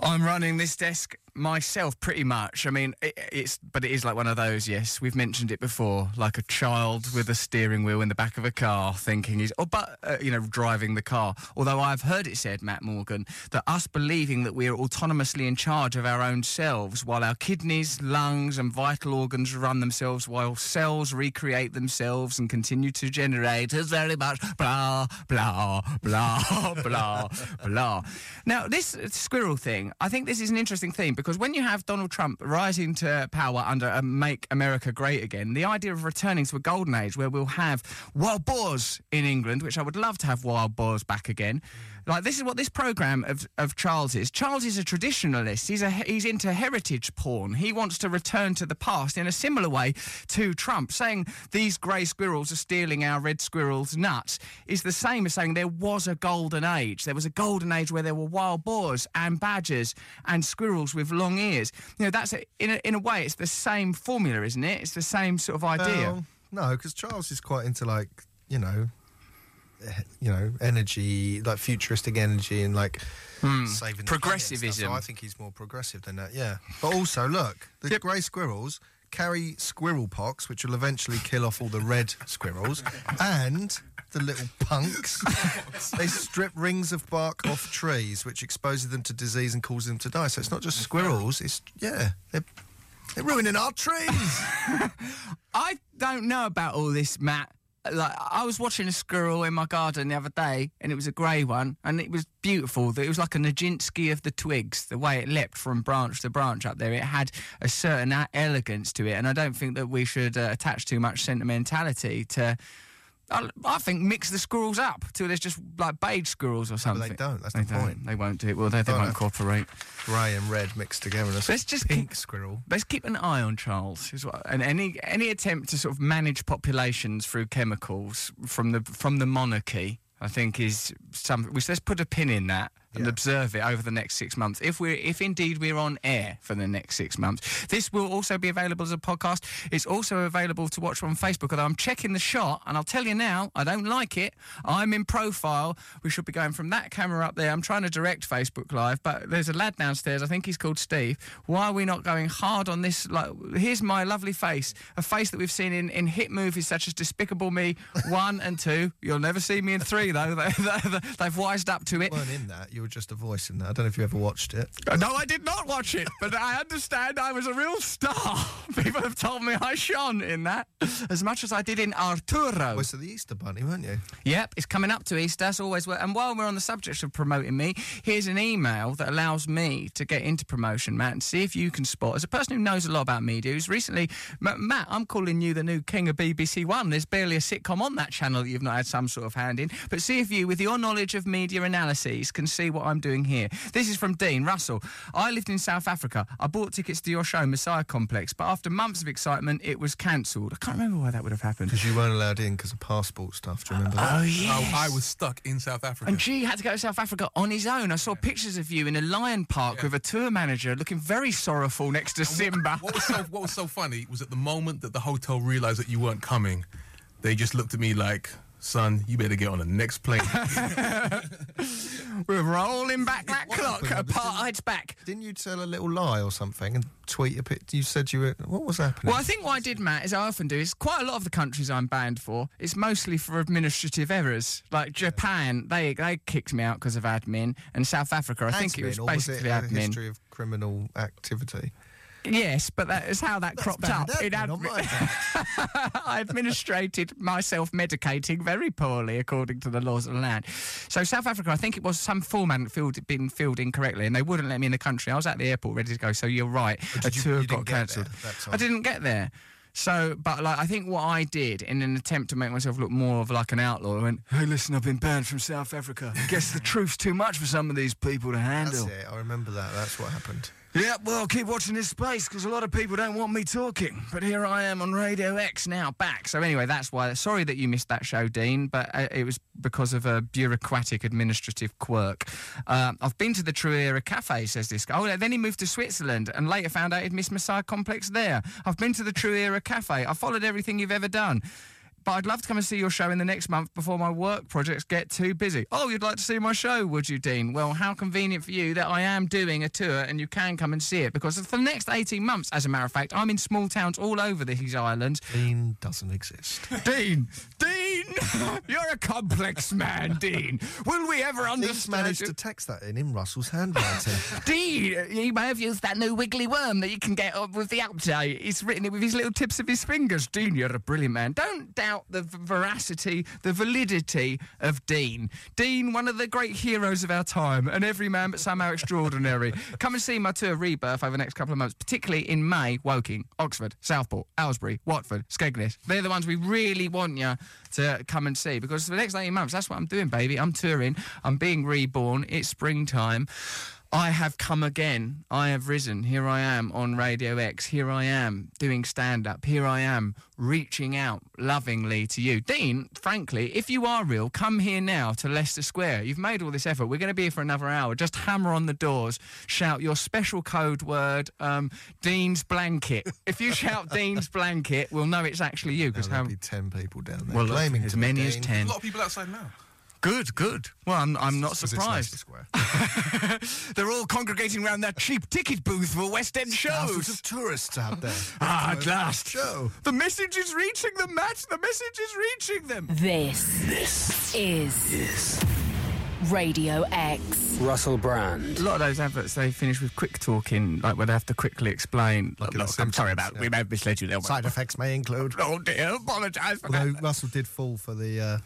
I'm running this desk myself, pretty much. I mean, it, it's but it is like one of those. Yes, we've mentioned it before, like a child with a steering wheel in the back of a car, thinking he's, or but uh, you know, driving the car. Although I've heard it said, Matt Morgan, that us believing that we are autonomously in charge of our own selves, while our kidneys, lungs, and vital organs run themselves, while cells recreate themselves and continue to generate, is very much blah blah blah blah blah. Now, this squirrel thing, I think this is an interesting thing because when you have Donald Trump rising to power under a Make America Great Again, the idea of returning to a golden age where we'll have wild boars in England, which I would love to have wild boars back again. Like this is what this program of, of Charles is. Charles is a traditionalist. He's a he's into heritage porn. He wants to return to the past in a similar way to Trump, saying these grey squirrels are stealing our red squirrels' nuts is the same as saying there was a golden age. There was a golden age where there were wild boars and badgers and squirrels with long ears. You know, that's a, in a, in a way, it's the same formula, isn't it? It's the same sort of idea.
Well, no, because Charles is quite into like you know, eh, you know, energy, like futuristic energy, and like saving the planet and stuff.
Hmm. Progressivism.
So I think he's more progressive than that. Yeah, but also look, the grey squirrels carry squirrel pox, which will eventually kill off all the red squirrels, and. The little punks. they strip rings of bark off trees, which exposes them to disease and causes them to die. So it's not just squirrels. It's yeah, they're, they're ruining our trees.
I don't know about all this, Matt. Like I was watching a squirrel in my garden the other day, and it was a grey one, and it was beautiful. It was like a Nijinsky of the twigs, the way it leapt from branch to branch up there. It had a certain a- elegance to it, and I don't think that we should uh, attach too much sentimentality to. I, I think mix the squirrels up till there's just like beige squirrels or something.
they don't. That's
They
the
don't.
point.
They won't do it. Well, they, they
Don't
won't
have to.
cooperate.
grey and red mixed together. That's
Let's just
pink
keep-
squirrel.
Let's keep an eye on Charles, is what, and any any attempt to sort of manage populations through chemicals from the from the monarchy, I think, is something. Which let's put a pin in that and observe it over the next six months. If we're, if indeed we're on air for the next six months, this will also be available as a podcast. It's also available to watch on Facebook. Although I'm checking the shot, and I'll tell you now, I don't like it. I'm in profile. We should be going from that camera up there. I'm trying to direct Facebook Live, but there's a lad downstairs. I think he's called Steve. Why are we not going hard on this? Like, here's my lovely face, a face that we've seen in, in hit movies such as Despicable Me one and two. You'll never see me in three though. They, they, they've wised up to it.
weren't in that. You were just a voice in that. I don't know if you ever watched it.
No, I did not watch it, but I understand I was a real star. People have told me I shone in that as much as I did in Arturo.
Well, so the Easter Bunny, weren't you?
Yep, it's coming up to Easter. That's always where. And while we're on the subject of promoting me, here's an email that allows me to get into promotion, Matt, and see if you can spot. As a person who knows a lot about media, who's recently, M- Matt, I'm calling you the new king of BBC One. There's barely a sitcom on that channel that you've not had some sort of hand in. But see if you, with your knowledge of media analyses, can see what I'm doing here. This is from Dean Russell. I lived in South Africa. I bought tickets to your show, Messiah Complex, but after months of excitement, it was cancelled. I can't remember why that would have happened.
Because you weren't allowed in because of passport stuff. Do you remember that?
Oh, yes.
I was stuck in South Africa.
And G had to go to South Africa on his own. I saw pictures of you in a lion park with a tour manager looking very sorrowful next to Simba.
What was so what was so funny was at the moment that the hotel realized that you weren't coming, they just looked at me like, "Son, you better get on the next plane."
We're rolling back that clock. Apartheid's back.
Didn't you tell a little lie or something and tweet a bit? You said you were. What was happening?
Well, I think what I did, Matt, is I often do is quite a lot of the countries I'm banned for. It's mostly for administrative errors. Like Japan, they they kicked me out because of admin, and South Africa, I think it was
Admin, or was it
basically
a
admin.
history of criminal activity?
Yes, but that is how that cropped up.
Bad
in
admin on
admin.
my part.
I administrated myself medicating very poorly according to the laws of the land. So South Africa, I think it was some form hadn't filled, been filled incorrectly, and they wouldn't let me in the country. I was at the airport ready to go. So you're right, a
did you-
tour
you
got
didn't get there
cancelled.
at that time?
I didn't get there. So, but like, I think what I did in an attempt to make myself look more of like an outlaw, I went, "Hey, listen, I've been banned from South Africa. Guess the truth's too much for some of these people to
That's
handle."
it. I remember that. That's what happened.
Yeah, well, keep watching this space because a lot of people don't want me talking. But here I am on Radio X now, back. So anyway, that's why. Sorry that you missed that show, Dean, but uh, it was because of a bureaucratic administrative quirk. Um, I've been to the Truera Cafe, says this guy. Oh, then he moved to Switzerland and later found out he'd missed Messiah Complex there. I've been to the Truera Cafe. I followed everything you've ever done. But I'd love to come and see your show in the next month before my work projects get too busy. Oh, you'd like to see my show, would you, Dean? Well, how convenient for you that I am doing a tour and you can come and see it because for the next 18 months, as a matter of fact, I'm in small towns all over these islands.
Dean doesn't exist.
Dean! Dean! You're a complex man, Dean. Will we ever
He's managed to
understand?
text that in in Russell's handwriting.
Um, Dean, you may have used that new wiggly worm that you can get up with the update. He's written it with his little tips of his fingers. Dean, you're a brilliant man. Don't doubt the v- veracity, the validity of Dean. Dean, one of the great heroes of our time, and every man but somehow extraordinary. Come and see my tour Rebirth over the next couple of months, particularly in May, Woking, Oxford, Southport, Aylesbury, Watford, Skegness. They're the ones we really want you to come and see because for the next 18 months, that's what I'm doing, baby. I'm touring, I'm being reborn, it's springtime. I have come again. I have risen. Here I am on Radio X. Here I am doing stand up. Here I am reaching out lovingly to you. Dean, frankly, if you are real, come here now to Leicester Square. You've made all this effort. We're going to be here for another hour. Just hammer on the doors, shout your special code word, um, Dean's blanket. If you shout Dean's blanket, we'll know it's actually you because
There'll
how.
be ten people down there
Well,
claiming
as
to be
many as
Dean.
10.
a lot of people outside now.
Good, good. Well, I'm, I'm not
'Cause it's Leicester
surprised.
Square.
They're all congregating round that cheap ticket booth for West End
Thousands
shows.
of tourists out there.
Ah, at last.
Show.
The message is reaching them, Matt. The message is reaching them.
This, this is, Radio X.
Russell Brand.
A lot of those adverts, they finish with quick talking, like where they have to quickly explain. Like,
in The
look, I'm sorry
Simpsons,
about
yeah.
we may have misled you there.
Side effects may include.
Oh dear, apologise for
Although
that.
Russell did fall for the uh,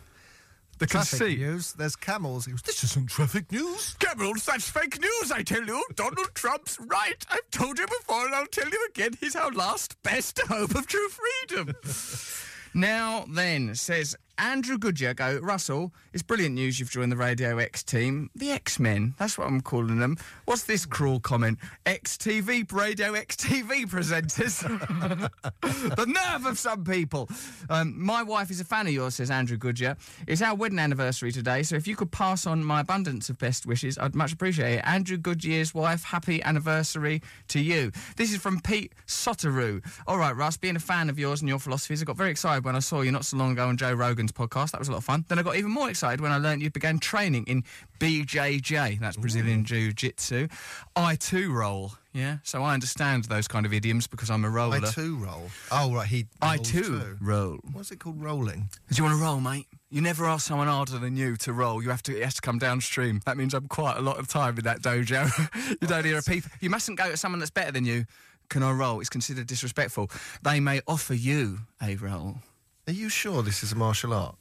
the traffic
conceit.
news. There's camels. He goes, this isn't traffic news.
Cameron, such fake news, I tell you. Donald Trump's right. I've told you before and I'll tell you again. He's our last best hope of true freedom. now then, says Andrew Goodyear go, Russell, it's brilliant news you've joined the Radio X team. The X Men, that's what I'm calling them. What's this cruel comment? X TV, Radio X TV presenters. the nerve of some people. Um, my wife is a fan of yours, says Andrew Goodyear. It's our wedding anniversary today, so if you could pass on my abundance of best wishes, I'd much appreciate it. Andrew Goodyear's wife, happy anniversary to you. This is from Pete Sotteroo. All right, Russ, being a fan of yours and your philosophies, I got very excited when I saw you not so long ago on Joe Rogan's podcast. That was a lot of fun. Then I got even more excited when I learned you began training in BJJ, that's
Mm.
Brazilian Jiu Jitsu. I too roll. Yeah, so I understand those kind of idioms because I'm a roller.
I too roll. Oh right, he.
I
rolls
too, roll.
What's it called? Rolling.
Do you want to roll, mate? You never ask someone harder than you to roll. You have to. It has to come downstream. That means I'm quite a lot of time in that dojo. you don't hear a peep. You mustn't go to someone that's better than you. Can I roll? It's considered disrespectful. They may offer you a roll.
Are you sure this is a martial art?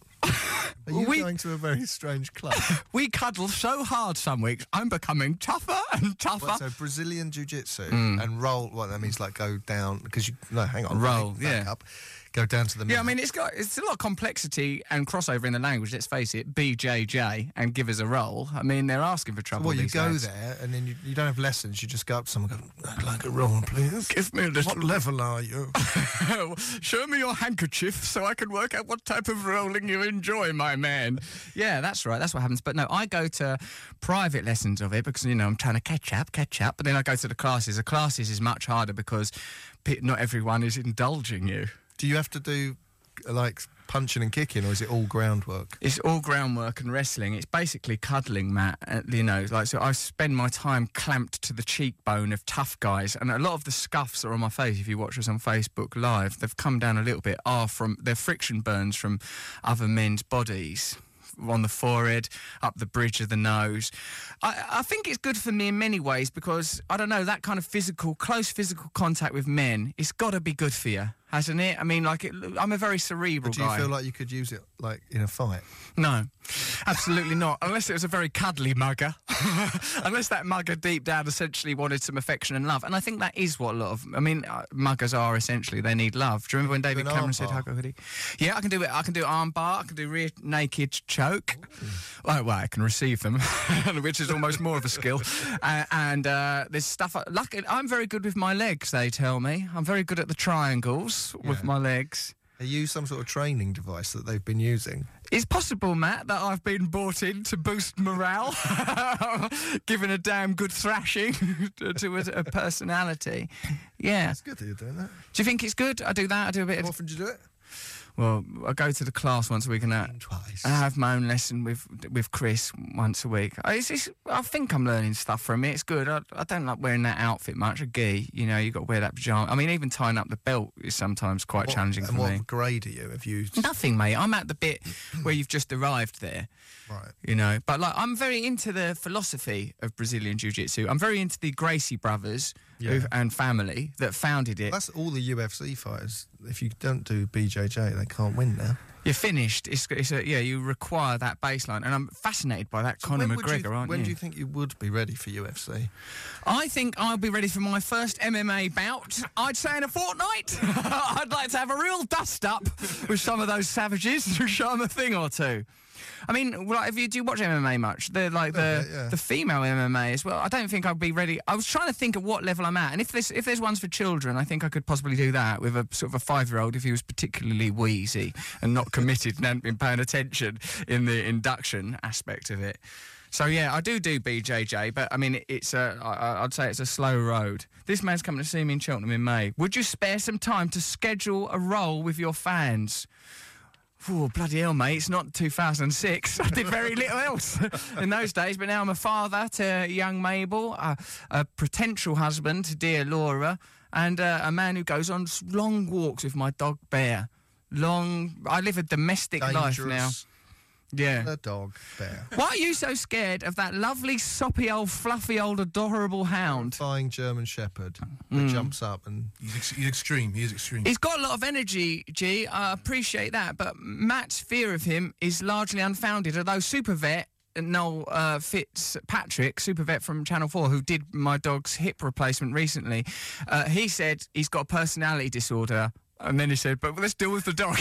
Are you
We-
going to a very strange club?
We cuddle so hard some weeks. I'm becoming tougher and tougher.
What, so Brazilian jiu-jitsu
Mm.
and roll. What that means, like go down because you no, hang on,
Roll,
back- back
yeah.
up, go down to the
Yeah, I
middle.
mean, it's got it's a lot of complexity and crossover in the language. Let's face it, BJJ and give us a roll. I mean, they're asking for trouble.
well, you
these
go
lads.
there and then you, you don't have lessons. You just go up to someone, and go, I'd like a roll, please.
Give me a little.
What level are you?
Show me your handkerchief so I can work out what type of rolling you enjoy, my man. Yeah, that's right. That's what happens. But no, I go to private lessons of it because, you know, I'm trying to catch up, catch up. But then I go to the classes. The classes is much harder because pe- not everyone is indulging you.
Do you have to do like punching and kicking, or is it all groundwork?
It's all groundwork and wrestling. It's basically cuddling, Matt. uh, You know, like so. I spend my time clamped to the cheekbone of tough guys, and a lot of the scuffs that are on my face. If you watch us on Facebook Live, they've come down a little bit. Are from their friction burns from other men's bodies on the forehead, up the bridge of the nose. I, I think it's good for me in many ways because I don't know that kind of physical, close physical contact with men. It's got to be good for you, hasn't it? I mean, like it, I'm a very cerebral
But do you
guy.
feel like you could use it like in a fight?
No, absolutely not. Unless it was a very cuddly mugger. Unless that mugger deep down essentially wanted some affection and love. And I think that is what a lot of, I mean, uh, muggers are essentially, they need love. Do you remember when David
an
Cameron
arm
said,
bar.
Hugger hoodie? Yeah, I can do it. I can do arm bar. I can do rear naked choke. Oh, well, I can receive them, which is almost more of a skill. Uh, and uh, there's stuff, lucky, I'm very good with my legs, they tell me. I'm very good at the triangles with my legs.
Are you some sort of training device that they've been using?
It's possible, Matt, that I've been brought in to boost morale, given a damn good thrashing to- to a, a personality. Yeah.
It's good that you're doing that.
Do you think it's good? I do that. I do a bit
How
of.
often do you do it?
Well, I go to the class once a week and I,
Twice.
I have my own lesson with with Chris once a week. I, it's, it's, I think I'm learning stuff from it. It's good. I, I don't like wearing that outfit much. A gi, you know, you got to wear that pajama. I mean, even tying up the belt is sometimes quite
What-
challenging
and
for
what
me.
grade are you? Have you
Nothing, mate. I'm at the bit where you've just arrived there.
right?
you know. But like, I'm very into the philosophy of Brazilian jiu-jitsu. I'm very into the Gracie brothers who- and family that founded it.
That's all the UFC fighters. If you don't do BJJ, they can't win now.
You're finished. It's, it's a, yeah, you require that baseline, and I'm fascinated by that Conor
When would you-
McGregor, aren't
When do you think you would be ready for UFC?
I think I'll be ready for my first MMA bout. I'd say in a fortnight. I'd like to have a real dust up with some of those savages to show them a thing or two. I mean, well, if you do you watch MMA much, they're like the
bit, yeah.
the female MMA as well. I don't think I'd be ready. I was trying to think at what level I'm at, and if there's if there's ones for children, I think I could possibly do that with a sort of a five year old if he was particularly wheezy and not committed and hadn't been paying attention in the induction aspect of it. So yeah, I do do BJJ, but I mean it's a I, I- I'd say it's a slow road. This man's coming to see me in Cheltenham in May. Would you spare some time to schedule a role with your fans? Oh, bloody hell, mate. It's not 2006. I did very little else in those days, but now I'm a father to young Mabel, a, a potential husband to dear Laura, and uh, a man who goes on s- long walks with my dog Bear. Long. I live a domestic life now.
Dangerous.
Yeah.
A dog bear.
Why are you so scared of that lovely, soppy old, fluffy old, adorable hound?
Flying German Shepherd that jumps up and
He's, ex- he's extreme. He is extreme.
He's got a lot of energy, G. I appreciate that, but Matt's fear of him is largely unfounded. Although super vet Noel uh, Fitzpatrick, super vet from Channel Four, who did my dog's hip replacement recently, uh, he said he's got a personality disorder. And then he said, "But let's deal with the dog,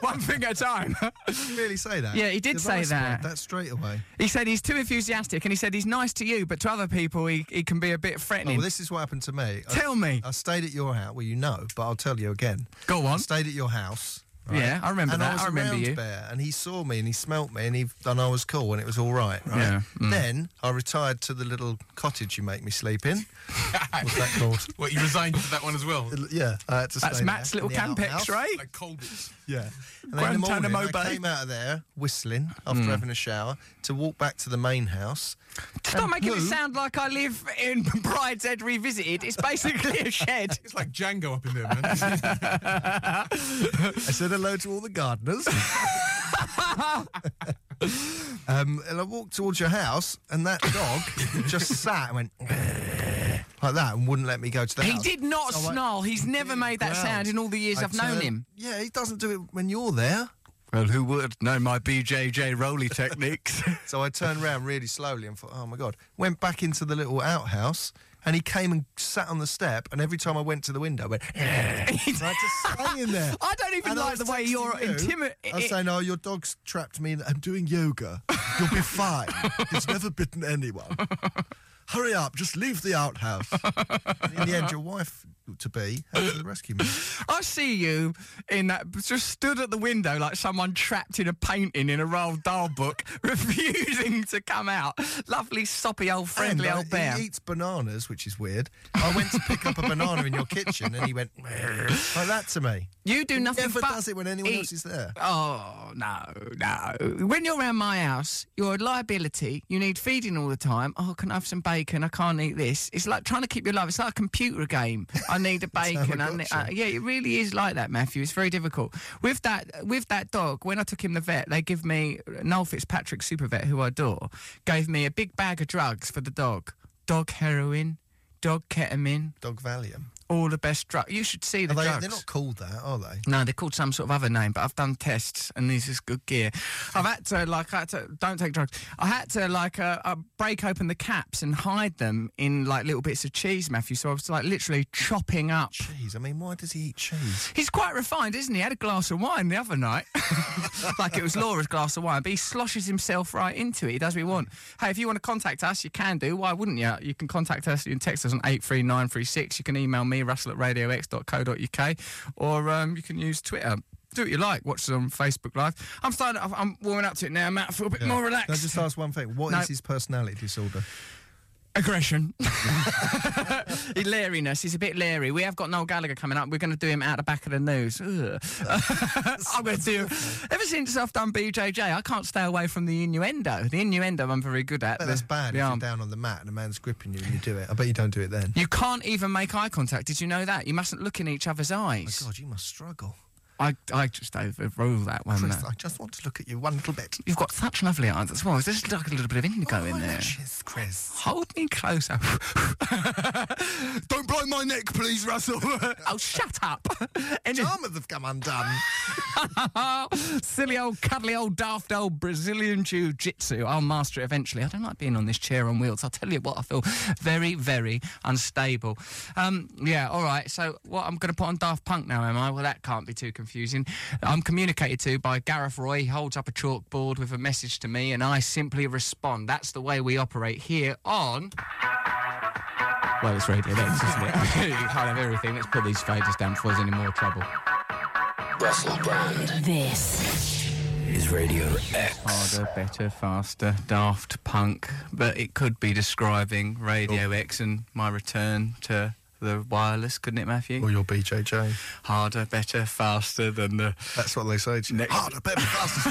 one thing at a time."
really say that?
Yeah, he did
Did
say
I spot
that.
that straight away?
He said he's too enthusiastic, and he said he's nice to you, but to other people he, he can be a bit
Oh,
threatening.
well, this is what happened to me.
Tell
I,
me.
I stayed at your house. Well, you know, but I'll tell you again.
Go on.
I stayed at your house. right?
Yeah, I remember
and
that.
I, was
I remember
around
you.
Bear, and he saw me and he smelt me and he and I was cool and it was all right. Right.
Yeah, mm.
Then I retired to the little cottage you make me sleep in. What's that called?
What, you resigned to that one as well?
yeah, I had to
That's
stay
Matt's
there in the
little campex,
outhouse.
right? Like Colbits.
Yeah. And then in the
Guantanamo
morning, I
Bay.
came out of there whistling after
Mm.
having a shower to walk back to the main house.
Stop
And
making it
Blue-
sound like I live in Bride's Head Revisited. It's basically a shed.
It's like Django up in there, man.
I said hello to all the gardeners. um, and I walked towards your house, and that dog just sat and went like that and wouldn't let me go to the
He
house.
did not
So I-
snarl. He's never made that
growled.
sound in all the years
I
I've known
turned-
him.
Yeah, he doesn't do it when you're there.
Well, who would know my BJJ Rolly techniques?
So I turned round really slowly and thought, oh my God. Went back into the little outhouse and he came and sat on the step. And every time I went to the window, I went, and I just stay in there.
I don't even
And I
like
was
the way
texting
you're
you.
intimate.
I was saying, oh, your dog's trapped me in. I'm doing yoga. You'll be fine. He's never bitten anyone. Hurry up, just leave the outhouse. And in the end, your wife to be had to rescue me.
I see you in that, just stood at the window like someone trapped in a painting in a Roald Dahl book, refusing to come out. Lovely, soppy old friendly
And, uh,
old bear.
He eats bananas, which is weird. I went to pick up a banana in your kitchen and he went like that to me.
You do nothing
never
but
does it when anyone
eat.
else is there.
Oh no, no! When you're around my house, you're a liability. You need feeding all the time. Oh, can I have some bacon? I can't eat this. It's like trying to keep your life. It's like a computer game. I need a bacon. I need, uh,
Tamagotchi.
yeah, it really is like that, Matthew. It's very difficult with that. With that dog, when I took him to the vet, they give me uh, Noel Fitzpatrick, super vet, who I adore, gave me a big bag of drugs for the dog. Dog heroin, dog ketamine,
Dog Valium.
all the best drugs. You should see the
Are they,
drugs.
they're not called that, are they?
No, they're called some sort of other name, but I've done tests and this is good gear. I've had to, like, I had to, don't take drugs. I had to, like, uh, uh, break open the caps and hide them in, like, little bits of cheese, Matthew. So I was, like, literally chopping up.
Cheese. I mean, why does he eat cheese?
He's quite refined, isn't he? Had a glass of wine the other night. like it was Laura's glass of wine, but he sloshes himself right into it. He does what he wants. Hey, if you want to contact us, you can do. Why wouldn't you? You can contact us. You can text us on 83936. You can email me, russell at radiox.co.uk, or um, you can use Twitter. Do what you like. Watch us on Facebook Live. I'm starting. I'm- I'm warming up to it now, Matt. I feel a bit
Yeah.
more
Can I
relaxed.
just ask one thing? What is
No.
his personality disorder?
Aggression. Leeriness. He's a bit leery. We have got Noel Gallagher coming up. We're going to do him out the back of the news. Ugh. I'm going to do. Ever since I've done BJJ, I can't stay away from the innuendo. The innuendo I'm very good at.
But
The-
that's bad
the
if
arm.
you're down on the mat and a man's gripping you and you do it. I bet you don't do it then.
You can't even make eye contact. Did you know that? You mustn't look in each other's eyes.
Oh God, you must struggle.
I, I just overrule that one.
Chris,
though.
I just want to look at you one little bit.
You've got such lovely eyes as well. There's like a little bit of indigo Oh,
Oh,
in there.
Cheers, Chris.
Hold me closer.
Don't blow my neck, please, Russell.
oh, shut up. Any-
Armors have come undone.
Silly old, cuddly old, daft old Brazilian Jiu Jitsu. I'll master it eventually. I don't like being on this chair on wheels. I'll tell you what, I feel very, very unstable. Um, yeah, all right. So, what I'm going to put on Daft Punk now, am I? Well, that can't be too confusing. I'm communicated to by Gareth Roy. He holds up a chalkboard with a message to me, and I simply respond. That's the way we operate here on. Well, it's Radio X, isn't it? you can't have everything. Let's put these faders down before there's any more trouble.
Russell Brand
This
is Radio X.
harder, better, faster, Daft Punk, but it could be describing Radio X and my return to the wireless, couldn't it, Matthew?
Or your BJJ.
Harder, better, faster than the.
That's what they say to you.
Next-
Harder, better, faster,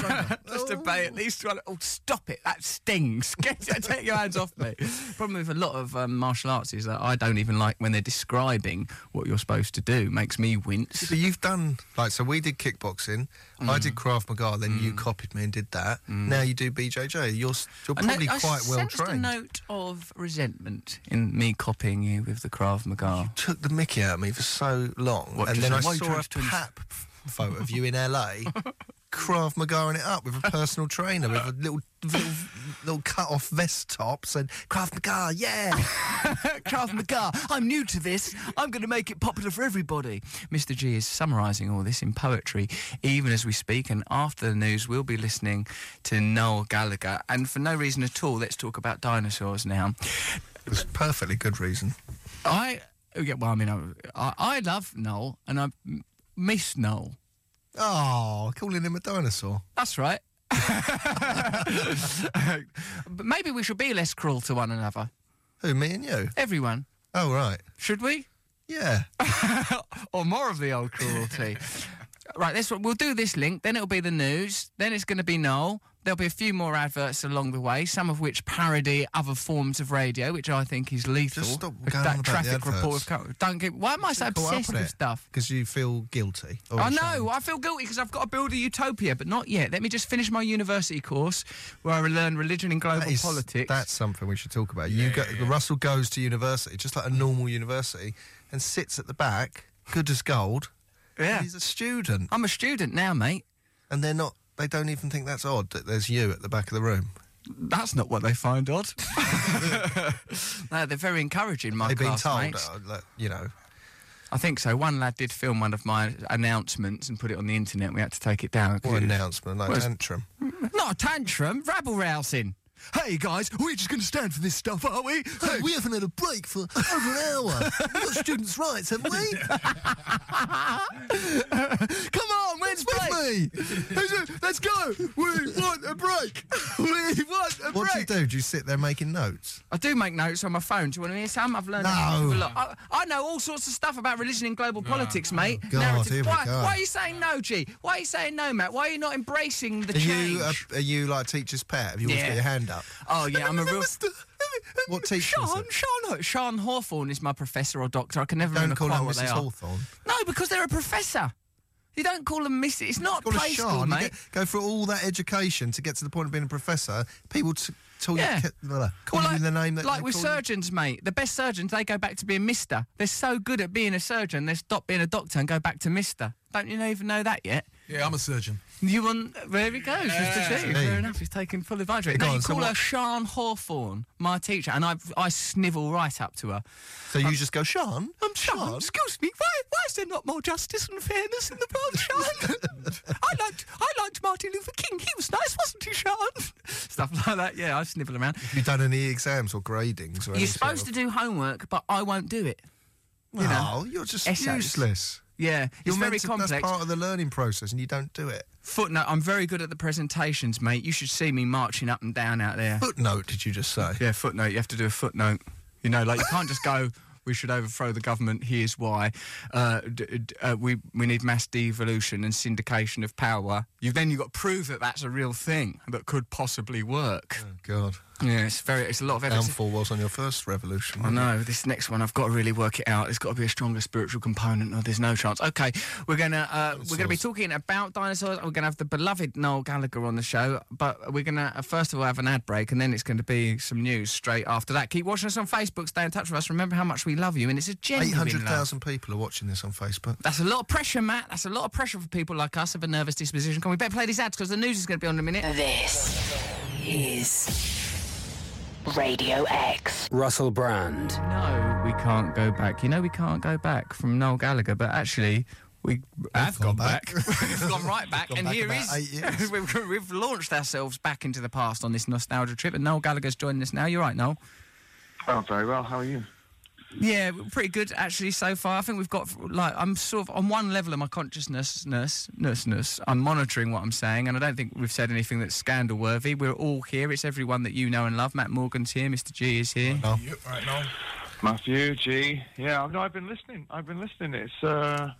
stronger.
Just a bay at least one. Oh, stop it! That stings. Get, take your hands off me. Problem with a lot of um, martial arts is that I don't even like when they're describing what you're supposed to do. Makes me wince.
So you've done like so. We did kickboxing. I did
Mm.
Krav Maga. Then you copied me and did that. Now you do BJJ. You're s- you're
I know-
probably
I
quite well
sensed a
trained.
note of resentment in me copying you with the Krav Maga.
Took the Mickey out of me for so long,
What,
and
just
then I
why you
saw a
tried to-
pap photo of you in LA. Krav Magaing it up with a personal trainer with a little little, little cut off vest top saying Krav Maga, yeah.
Krav Maga. I'm new to this. I'm going to make it popular for everybody. Mr. G is summarising all this in poetry, even as we speak. And after the news, we'll be listening to Noel Gallagher. And for no reason at all, let's talk about dinosaurs now.
It's perfectly good reason.
I oh, yeah, well, I mean, I, I, I love Noel and I m- miss Noel.
Oh, calling him a dinosaur.
That's right. but maybe we should be less cruel to one another.
Who, me and you?
Everyone.
Oh, right.
Should we?
Yeah.
or more of the old cruelty. right, this one, we'll do this link, then it'll be the news, then it's going to be Noel. There'll be a few more adverts along the way, some of which parody other forms of radio, which I think is lethal.
Just stop
that
going on about the
traffic report.
adverts.
of co- Don't get. Why am I so
Caught up
obsessed
on
with
it.
stuff?
Because you feel guilty. or
I
something.
know. I feel guilty because I've got to build a utopia, but not yet. Let me just finish my university course where I learn religion and global
That is-
politics.
That's something we should talk about. you go, Russell goes to university, just like a normal university, and sits at the back, good as gold.
Yeah.
He's a student.
I'm a student now, mate.
And they're not, they don't even think that's odd that there's you at the back of the room.
That's not what they find odd. no, they're very encouraging, my
They've been told,
classmates.
uh, that, you know,
I think so. One lad did film one of my announcements and put it on the internet. We had to take it down.
or announcement, like
Well, it's-
tantrum.
Not a tantrum, rabble rousing. Hey guys, we're just going to stand for this stuff, aren't we? Hey,
we haven't had a break for over an hour. We've got students' rights, haven't we?
Come on, where's
With me.
Let's go. We want a break. We want a
What do you do? Do you sit there making notes?
I do make notes on my phone. Do you want to hear some? I've learned.
No.
a lot. I, I know all sorts of stuff about religion and global politics, mate.
Oh, God,
Narrative.
here we
Why,
go.
why are you saying no, G? Why are you saying no, Matt? Why are you not embracing the
Are
change?
you, uh, are you like teacher's pet? Have you always
Yeah.
got your hand up?
oh yeah, I'm a real.
What teacher is
Sean,
it?
Sean, Ho- Sean Hawthorne is my professor or doctor. I can never
Don't
remember
call
quite
her
what they
Mrs.
are.
Hawthorne.
No, because they're a professor. You don't call them Mrs. It's not
Call her
play school,
Sean. You
mate.
get- go through all that education to get to the point of being a professor. People t- tell you,
Yeah.
ca- blah, call
Well,
you the name that
like
they
with
call you.
surgeons, mate. The best surgeons they go back to being Mister. They're so good at being a surgeon, they stop being a doctor and go back to Mister. Don't you even know that yet?
Yeah, I'm a surgeon.
You want there he goes, Mr. G.
Hey.
Fair enough, he's taking full advantage of it.
Go
No, you
on, so
call her
what-
Sean Hawthorne, my teacher, and I I snivel right up to her.
So you just go, Sean?
I'm Sean. Excuse me. Why, why is there not more justice and fairness in the world, Sean? I liked I liked Martin Luther King. He was nice, wasn't he, Sean? Stuff like that. Yeah, I snivel around.
Have you done any exams or gradings? Or
You're supposed to do homework, but I won't do it. you know,
No, you're just
essays.
useless.
Yeah,
You're
it's very
meant to-
complex.
That's part of the learning process, and you don't do it.
Footnote: I'm very good at the presentations, mate. You should see me marching up and down out there.
Footnote, did you just say?
Yeah, footnote. You have to do a footnote. You know, like you can't just go. We should overthrow the government. Here's why. Uh, d- d- uh, we we need mass devolution and syndication of power. You then you have got to prove that that's a real thing that could possibly work.
Oh, God.
Yeah, it's very. It's a lot of evidence.
Downfall was on your first revolution.
I
wasn't it?
know this next one. I've got to really work it out. There's got to be a stronger spiritual component, or there's no chance. Okay, we're gonna uh, we're gonna be talking about dinosaurs. We're gonna have the beloved Noel Gallagher on the show, but we're gonna uh, first of all have an ad break, and then it's going to be some news straight after that. Keep watching us on Facebook. Stay in touch with us. Remember how much we love you, and it's a genuine love.
800,000 people are watching this on Facebook.
That's a lot of pressure, Matt. That's a lot of pressure for people like us of a nervous disposition. Can we better play these ads because the news is going to be on in a minute.
This is Radio X.
Russell Brand.
No, we can't go back. You know, we can't go back from Noel Gallagher, but actually, we have gone,
gone
back.
back.
we've gone right back,
Gone
and
back
here
about
is-
eight years.
we've, we've launched ourselves back into the past on this nostalgia trip, and Noel Gallagher's joining us now. You're right, Noel.
Oh, very well. How are you?
Yeah, pretty good actually so far. I think we've got like I'm sort of on one level of my consciousness, ness, ness, ness, I'm monitoring what I'm saying, and I don't think we've said anything that's scandal worthy. We're all here. It's everyone that you know and love. Matt Morgan's here. Mr. G is here.
Yep, right now.
Matthew, G. Yeah, no, I've been listening. I've been listening. It's, uh,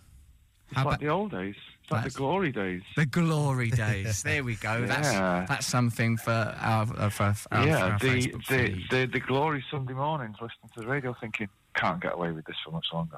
it's
How
like
about-
the old days. It's like
That's- Oh,
the glory days.
The glory days. there we go.
Yeah.
That's that's something for our uh, for, for our, for
yeah,
our
the,
Facebook
the,
feed.
the, the glory Sunday mornings, listening to the radio, thinking, can't get away with this for much longer.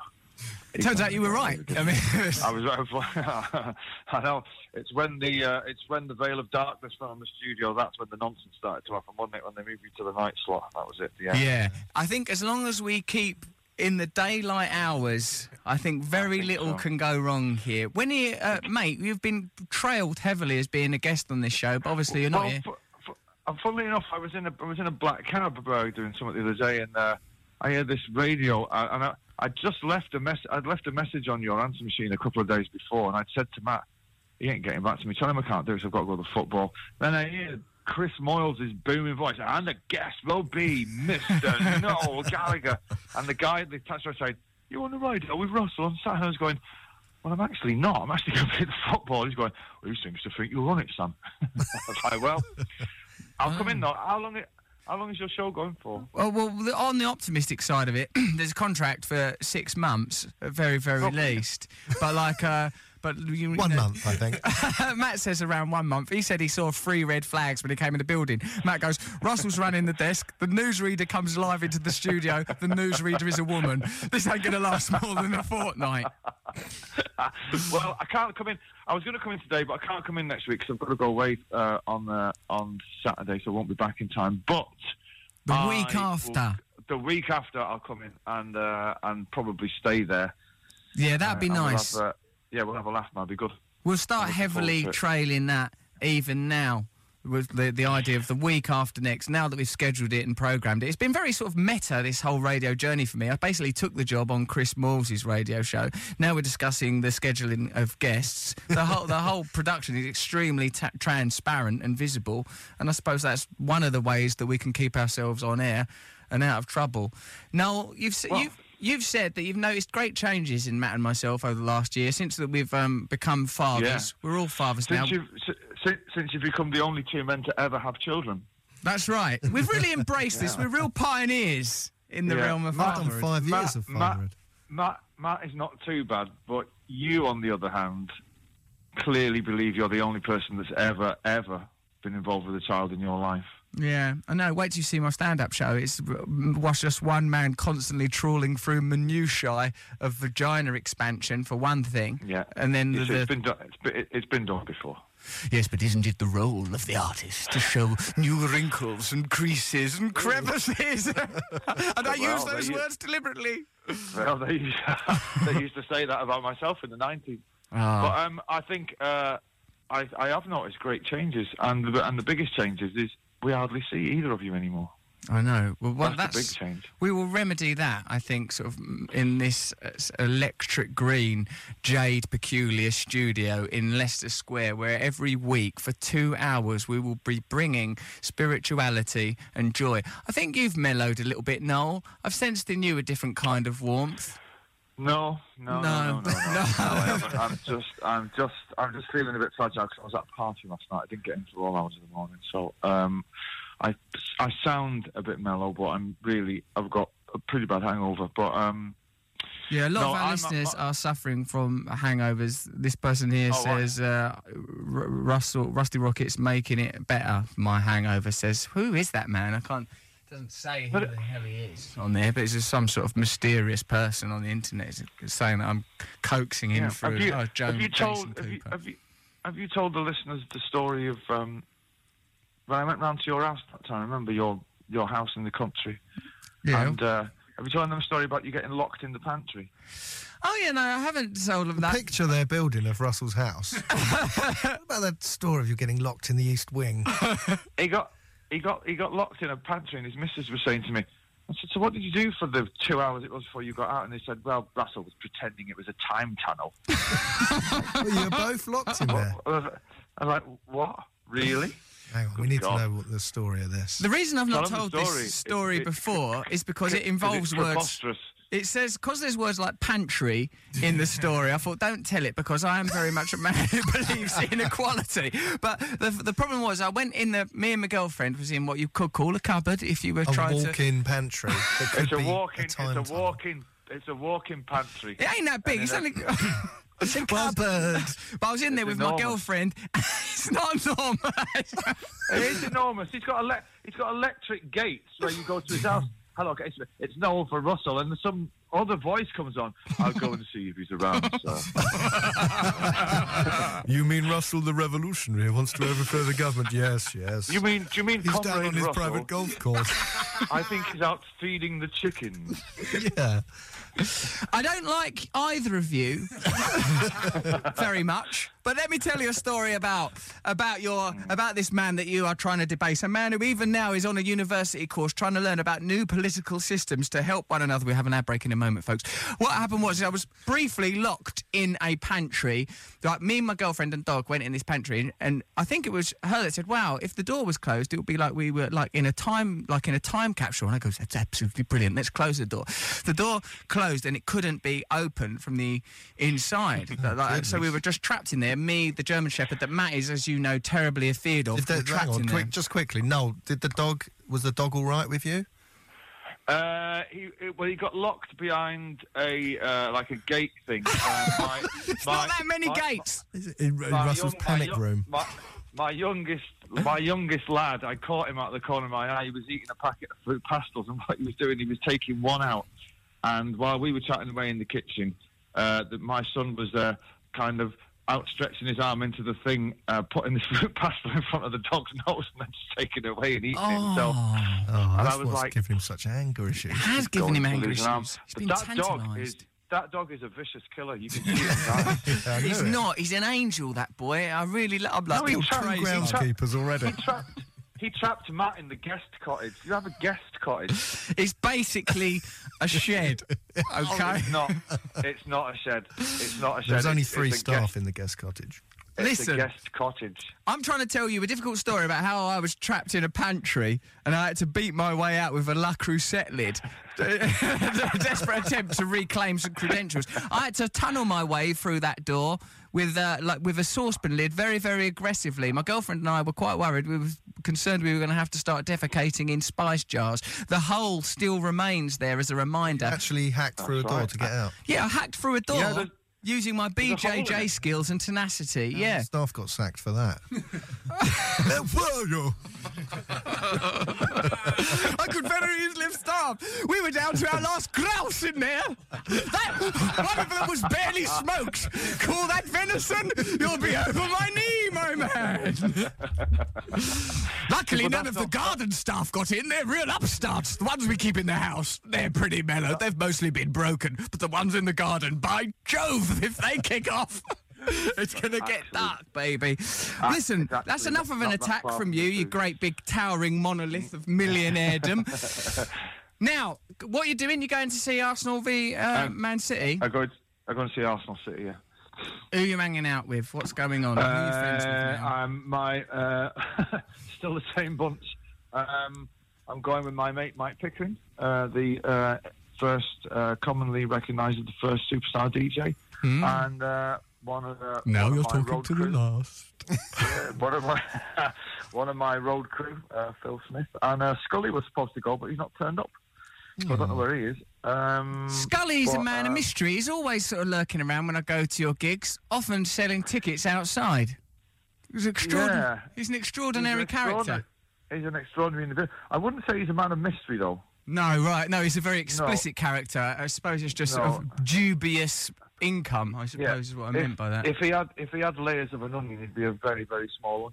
It turns out you were right. I mean,
I was, I was I know it's when the uh, it's when the veil of darkness fell on the studio. That's when the nonsense started to happen, wasn't it? When they moved you to the night slot, that was it. Yeah,
yeah. I think as long as we keep in the daylight hours, I think very little
so.
can go wrong here. When you, uh, mate, you've been trailed heavily as being a guest on this show, but obviously you're not
well,
here.
fu- fu- and funnily enough, I was in a I was in a black cab uh, doing something the other day, and uh, I I heard this radio, uh, and I, I just left a mess. I'd left a message on your answer machine a couple of days before, and I'd said to Matt, "He ain't getting back to me. Tell him I can't do it. So I've got to go to football." Then I hear Chris Moyles' booming voice, and the guest will be Mister Noel Gallagher, and the guy at the touch said, "You on the radio with Russell?" I'm sat here, I was going. Well, I'm actually not. I'm actually going to play the football. He's going, well, he seems to think you're on it, Sam. I was like, well, I'll come in though. How long, it, how long is your show going for?
Well, well, the- on the optimistic side of it, there's a contract for six months, at very, very least. But like, uh, but you, one month,
I think.
Matt says around one month. He said he saw three red flags when he came in the building. Matt goes, Russell's running the desk. The newsreader comes live into the studio. The newsreader is a woman. This ain't gonna last more than a fortnight.
well, I can't come in. I was going to come in today, but I can't come in next week because I've got to go away uh, on uh, on Saturday, so I won't be back in time. But
The week
I will-
after.
the week after, I'll come in and uh, and probably stay there.
Yeah, that'd be
Uh, and we'll
nice.
have, uh, yeah, we'll have a laugh, man. It'll be good.
We'll start
looking forward
heavily
to it.
trailing that even now with the, the idea of the week after next, now that we've scheduled it and programmed it. It's been very sort of meta, this whole radio journey for me. I basically took the job on Chris Moores' radio show. Now we're discussing the scheduling of guests. The whole, the whole production is extremely ta- transparent and visible, and I suppose that's one of the ways that we can keep ourselves on air and out of trouble. Now, you've, s you've, you've said that you've noticed great changes in Matt and myself over the last year since that we've um, become fathers. We're all fathers now.
Since you've, since, since you've become the only two men to ever have children.
That's right. We've really embraced this. We're real pioneers in the
Yeah.
realm of
Matt-
fatherhood.
Matt- Matt, Matt, Matt is not too bad, but you, on the other hand, clearly believe you're the only person that's ever, ever been involved with a child in your life.
Yeah, I know. Wait till you see my stand-up show. It's watch just one man constantly trawling through minutiae of vagina expansion for one thing.
Yeah.
And then the,
It's- it's
the
been done. It's been, it's been done before.
yes, but isn't it the role of the artist to show new wrinkles and creases and crevices? and I
Well,
use those
there you-
words deliberately.
Well, they used, they used to say that about myself in the 90s.
Ah.
But um, I think uh, I, I have noticed great changes, and the, and the biggest changes is we hardly see either of you anymore.
I know. Well, well,
That's
that's,
the big change.
We will remedy that, I think, sort of mm, in this uh, s- electric green jade peculiar studio in Leicester Square, where every week for two hours we will be bringing spirituality and joy. I think you've mellowed a little bit, Noel. I've sensed in you a different kind of warmth.
No, no, no, no, no. no, no. I haven't. I'm just, I'm just, I'm just feeling a bit fragile 'cause I was at a party last night. I didn't get in till all hours of the morning, so um, I, I sound a bit mellow, but I'm really, I've got a pretty bad hangover. But um,
Yeah, a lot
No,
of our
I'm-
listeners are suffering from hangovers. This person here
Oh, right.
says, uh, R- Russell, Rusty Rocket's making it better. My hangover says, Who is that man? I can't. Doesn't say who the hell he is. on there, but it's just some sort of mysterious person on the internet is- is saying that I'm coaxing him
yeah.
through.
have you,
oh, Joan,
have you
Jason
told,
Cooper.
have you, have you, have you told the listeners the story of um, when I went round to your house that time? Remember your your house in the country?
Yeah.
And uh, have you told them a story about you getting locked in the pantry?
Oh yeah, no, I haven't sold them that.
Picture their building of Russell's house. what about that story of you getting locked in the East Wing?
he got he got he got locked in a pantry, and his missus was saying to me, I said, "So what did you do for the two hours it was before you got out?" And they said, "Well, Russell was pretending it was a time tunnel."
well, you were both locked in there.
I was I was like, "What? Really?"
Hang on, we need to know what the story of this.
The reason I've not
Tell them
told
the story.
this story before is because it
it's
involves words.
preposterous.
It says because there's words like pantry in the story. I thought don't tell it because I am very much a man who believes in equality. But the, the problem was I went in the me and my girlfriend was in what you could call a cupboard if you were
a
trying to.
walk-in pantry. That could
It's a
be
walking. It's
time
a
tunnel.
walking. It's a walking pantry.
It ain't that big.
And
It's
then
only.
a-
It's a cupboard. But I was in there with my
enormous.
girlfriend. it's not normal.
It is enormous. He's got ele- he's got electric gates where you go to his house. Hello, okay, it's, it's Noel for Russell, and some other voice comes on. I'll go and see if he's around. So.
You mean Russell the revolutionary who wants to overthrow the government? Yes, yes.
You mean? Do you mean
he's down
Comrade
on his
Russell?
private golf course?
I think he's out feeding the chickens.
yeah.
I don't like either of you very much. But let me tell you a story about about your about this man that you are trying to debase. A man who even now is on a university course trying to learn about new political systems to help one another. We have an ad break in a moment, folks. What happened was I was briefly locked in a pantry. Like me and my girlfriend and dog went in this pantry, and, and I think it was her that said, "Wow, if the door was closed, it would be like we were like in a time like in a time capsule." And I goes, "That's absolutely brilliant. Let's close the door." The door closed, and it couldn't be opened from the inside.
Oh,
Like- like, so we were just trapped in there. Me, the German Shepherd that Matt is, as you know, terribly afeared of.
Did
were
the,
trapped
hang on,
in there.
quick, just quickly. Noel, did the dog? Was the dog all right with you?
Uh, he, well, he got locked behind a uh, like a gate thing. and my- my- my-
In,
my young- my young- My, my youngest, my youngest lad, I caught him out of the corner of my eye. He was eating a packet of fruit pastels, and what he was doing, he was taking one out. And while we were chatting away in the kitchen, uh, that my son was uh, kind of outstretching his arm into the thing, uh, putting the fruit pastel in front of the dog's nose, and then just taking it away and eating it himself.
Oh,
and
that's
I was
what's
like,
giving him such anger issues.
has given him anger
his arm.
issues. He's
But
been
that dog is
tantalised.
that dog is a vicious killer. You can see it. in his eyes.
He's not. He's an angel, that boy. I really love. I'm like,
No, he
"You're
tra-
crazy."
he tra-
already.
He trapped, he trapped Matt in the guest cottage. You have a guest cottage.
It's basically a shed.
Oh,
Okay.
it's not. It's not a shed. It's not a shed.
There was only
It's-
three
it's a
staff
guest-
in the guest cottage.
it's
Listen.
a guest cottage.
I'm trying to tell you a difficult story about how I was trapped in a pantry and I had to beat my way out with a La Crusette lid. a desperate attempt to reclaim some credentials. I had to tunnel my way through that door with uh, like with a saucepan lid very very aggressively. My girlfriend and I were quite worried. We were concerned we were going to have to start defecating in spice jars. The hole still remains there as a reminder.
Actually hacked through a door to get out.
Yeah, I hacked through a door
Yeah, there's-
using my
there's a hole in
BJJ
it.
skills and tenacity. yeah.
Staff got sacked for that. Where were you?
I could very easily have starved. We were down to our last grouse in there. That, one of them was barely smoked. Call that venison? You'll be over my knee, my man. Luckily,
Well,
none of
that's
the garden staff got in. They're real upstarts. The ones we keep in the house, they're pretty mellow. They've mostly been broken. But the ones in the garden, by Jove, if they kick off. It's gonna get dark, baby.
Ah.
Listen, that's
actually
enough of an
not that
attack
far
from
from
you,
the
you
truth.
great big towering monolith of millionairedom. Now, what are you doing? You're going to see Arsenal v uh,
Um,
Man City?
I go. I go and see Arsenal City. Yeah.
Who are you hanging out with? What's going on? Who are you friends with
Uh,
now?
I'm my uh, still the same bunch. Um, I'm going with my mate Mike Pickering, uh, the uh, first uh, commonly recognised as the first superstar DJ,
Hmm.
and uh, one of the one of my road crew.
last.
Yeah, one of my one of my road crew, uh, Phil Smith, and uh, Scully was supposed to go, but he's not turned up. So I don't know where he is. Um,
Scully's a
but,
man
uh,
of mystery. He's always sort of lurking around when I go to your gigs, often selling tickets outside. He's, extraordinary.
Yeah.
he's an extraordinary
He's an extraordinary-
character.
He's an extraordinary individual. I wouldn't say he's a man of mystery, though.
No, right. No, he's a very explicit character. I suppose it's just sort
No.
of dubious income, I suppose Oh, is what I
if,
meant by that.
If he had, if he had layers of an onion, he'd be a very, very small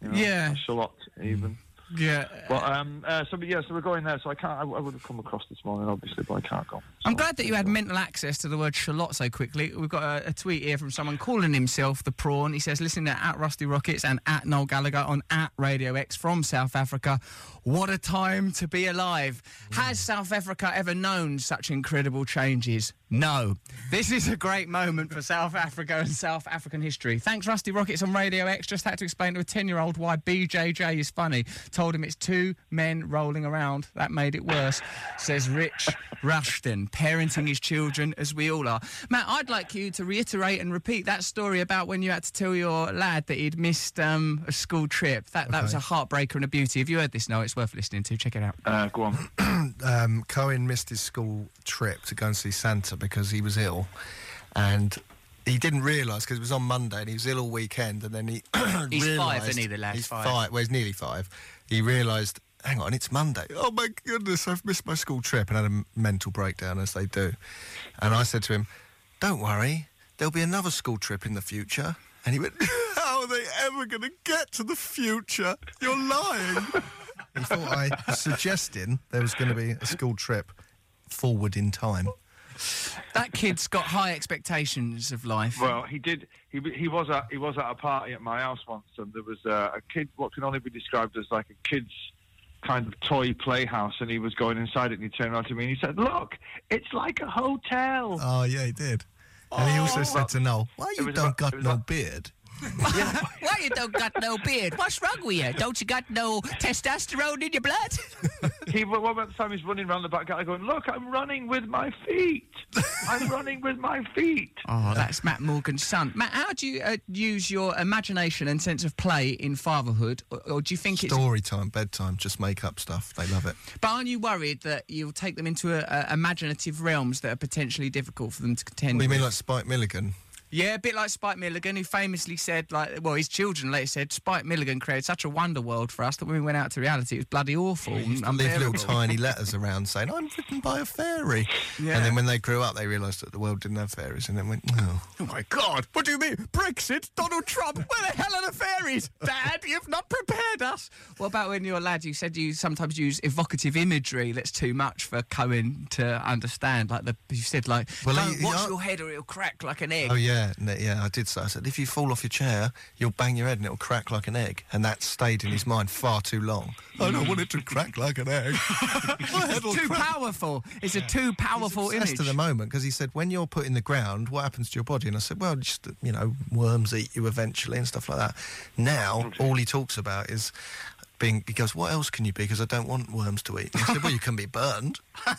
onion. You know,
Yeah. Hmm.
a shallot even.
yeah.
But um, uh, so but yeah, so we're going there. So I can't. I, I would have come across this morning, obviously, but I can't go.
I'm glad that you had mental access to the word shallot so quickly. We've got a, a tweet here from someone calling himself the prawn. He says, listen to at Rusty Rockets and at Noel Gallagher on at Radio X from South Africa. What a time to be alive. Has South Africa ever known such incredible changes? No. This is a great moment for South Africa and South African history. Thanks, Rusty Rockets on Radio X. Just had to explain to a 10 year old why BJJ is funny. Told him it's two men rolling around. That made it worse, says Rich Rushton, parenting his children as we all are. Matt, I'd like you to reiterate and repeat that story about when you had to tell your lad that he'd missed um, a school trip. That, that was a heartbreaker and a beauty. Have you heard this? No, it's worth listening to. Check it out.
Uh, go on.
um, Cohen missed his school trip to go and see Santa because he was ill, and he didn't realise because it was on Monday and he was ill all weekend, and then he
He's five,
realised-
isn't he, the lad?
He's
Five.
five. Well, he's nearly five. He realised. Hang on, it's Monday. Oh my goodness, I've missed my school trip and had a m- mental breakdown as they do. And I said to him, "Don't worry, there'll be another school trip in the future." And he went, "How are they ever going to get to the future? You're lying." he thought I suggested there was going to be a school trip forward in time.
that kid's got high expectations of life.
Well, he did. He w- he was at he was at a party at my house once, and there was uh, a, a kid. What can only be described as like a kid's kind of toy playhouse, and he was going inside it, and he turned around to me and he said, "Look, it's like a hotel."
Oh yeah, he did. And he also said to Noel, "Why you don't got no beard?"
Why you don't got no beard? What's wrong with you? Don't you got no testosterone in your blood?
he one about the time he's running around the back alley going, "Look, I'm running with my feet. I'm running with my feet."
Oh, that's Matt Morgan's son. Matt, how do you uh, use your imagination and sense of play in fatherhood, or, or do you think it's
Story time, bedtime, just make up stuff. They love it.
But aren't you worried that you'll take them into a, a imaginative realms that are potentially difficult for them to contend
What do you
with?
mean, like Spike Milligan?
Yeah, a bit like Spike Milligan, who famously said, like, well, his children later said, Spike Milligan created such a wonder world for us that when we went out to reality, it was bloody awful.
They used to
and
leave little
unbearable."
tiny letters around saying, "I'm written by a fairy,"
Yeah.
and then when they grew up, they realised that the world didn't have fairies, and then went, "Oh,
oh my God, what do you mean? Brexit? Donald Trump? Where the hell are the fairies? Dad, you've not prepared us. What about when you were a lad, you said you sometimes use evocative imagery that's too much for Cohen to understand? Like, the, you said, like,
Well,
don't
he-
watch
he-
your head or it'll crack like an egg.
Oh yeah, no, yeah, I did say. I said if you fall off your chair, you'll bang your head and it'll crack like an egg, and that stayed in his mind far too long. I don't want it to crack like an egg.
It's too powerful. It's a too powerful
He's obsessed
image.
at the moment because he said when you're put in the ground, what happens to your body? And I said, well, just you know, worms eat you eventually and stuff like that. Now all he talks about is. Being, he goes, what else can you be? Because I don't want worms to eat. And I said, well, you can be burned.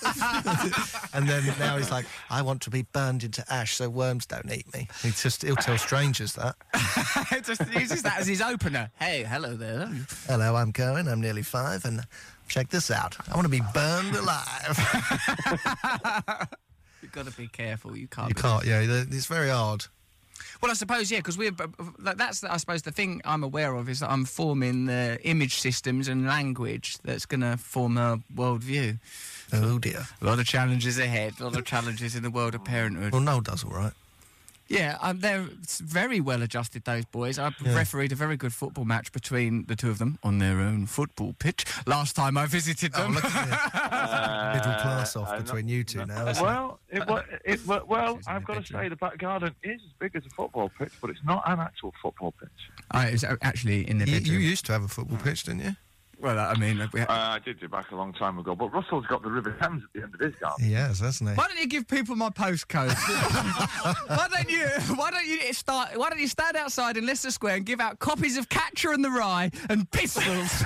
And then now he's like, I want to be burned into ash so worms don't eat me. He just he'll tell strangers that.
just uses that as his opener. Hey, hello there.
Hello, I'm Cohen. I'm nearly five, and check this out. I want to be burned alive.
You've got to be careful. You can't.
you
be-
can't, yeah. the- It's very hard.
Well, I suppose yeah, because we're b- b- like, that's the- I suppose the thing I'm aware of is that I'm forming the image systems and language that's going to form a worldview.
Oh dear.
A lot of challenges ahead. A lot of challenges in the world of parenthood.
Well, Noel does all right.
Yeah, um, they're s- very well adjusted, those boys. I refereed a very good football match between the two of them on their own football pitch last time I
Oh,
visited them. Uh,
Middle class off between you two now. Isn't
Well, it, wa- it, wa- well, I've got to say the back garden is as big as a football pitch, but it's not an actual football pitch.
I, it was a- actually in the
it? You,
bedroom.
you used to have a football pitch, didn't you?
well, I mean, we
Uh, I did do back a long time ago, but Russell's got the River Thames at the end of his garden.
He has, hasn't he?
Why don't you give people my postcode? why don't you? Why don't you start? Why don't you stand outside in Leicester Square and give out copies of Catcher in the Rye and pistols?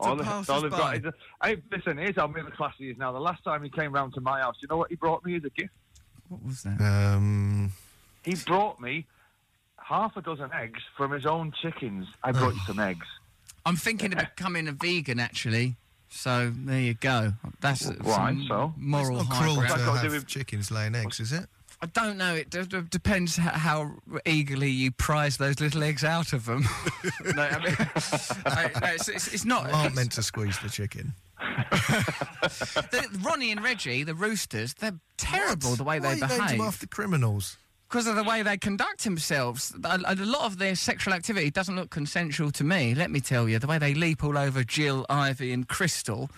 all they-
pass
all
us
they've
by.
got is a, hey, listen, here's how middle class he is now. The last time he came round to my house, you know what he brought me as a gift?
what was that?
Um,
He brought me half a dozen eggs from his own chickens. I brought you some eggs.
I'm thinking of becoming a vegan, actually. So there you go. That's uh,
Why?
some
So?
moral
it's not cruel
high
to
ground.
have chickens laying eggs, is it?
I don't know. It d- d- depends h- how eagerly you prize those little eggs out of them. no, I mean, I- no, it's, it's, it's not.
Aren't meant to squeeze the chicken.
the, Ronnie and Reggie, the roosters, they're terrible the way
Why
they
you named them
behave
after criminals?
because of the way they conduct themselves. A, a lot of their sexual activity doesn't look consensual to me. Let me tell you, the way they leap all over Jill, Ivy, and Crystal,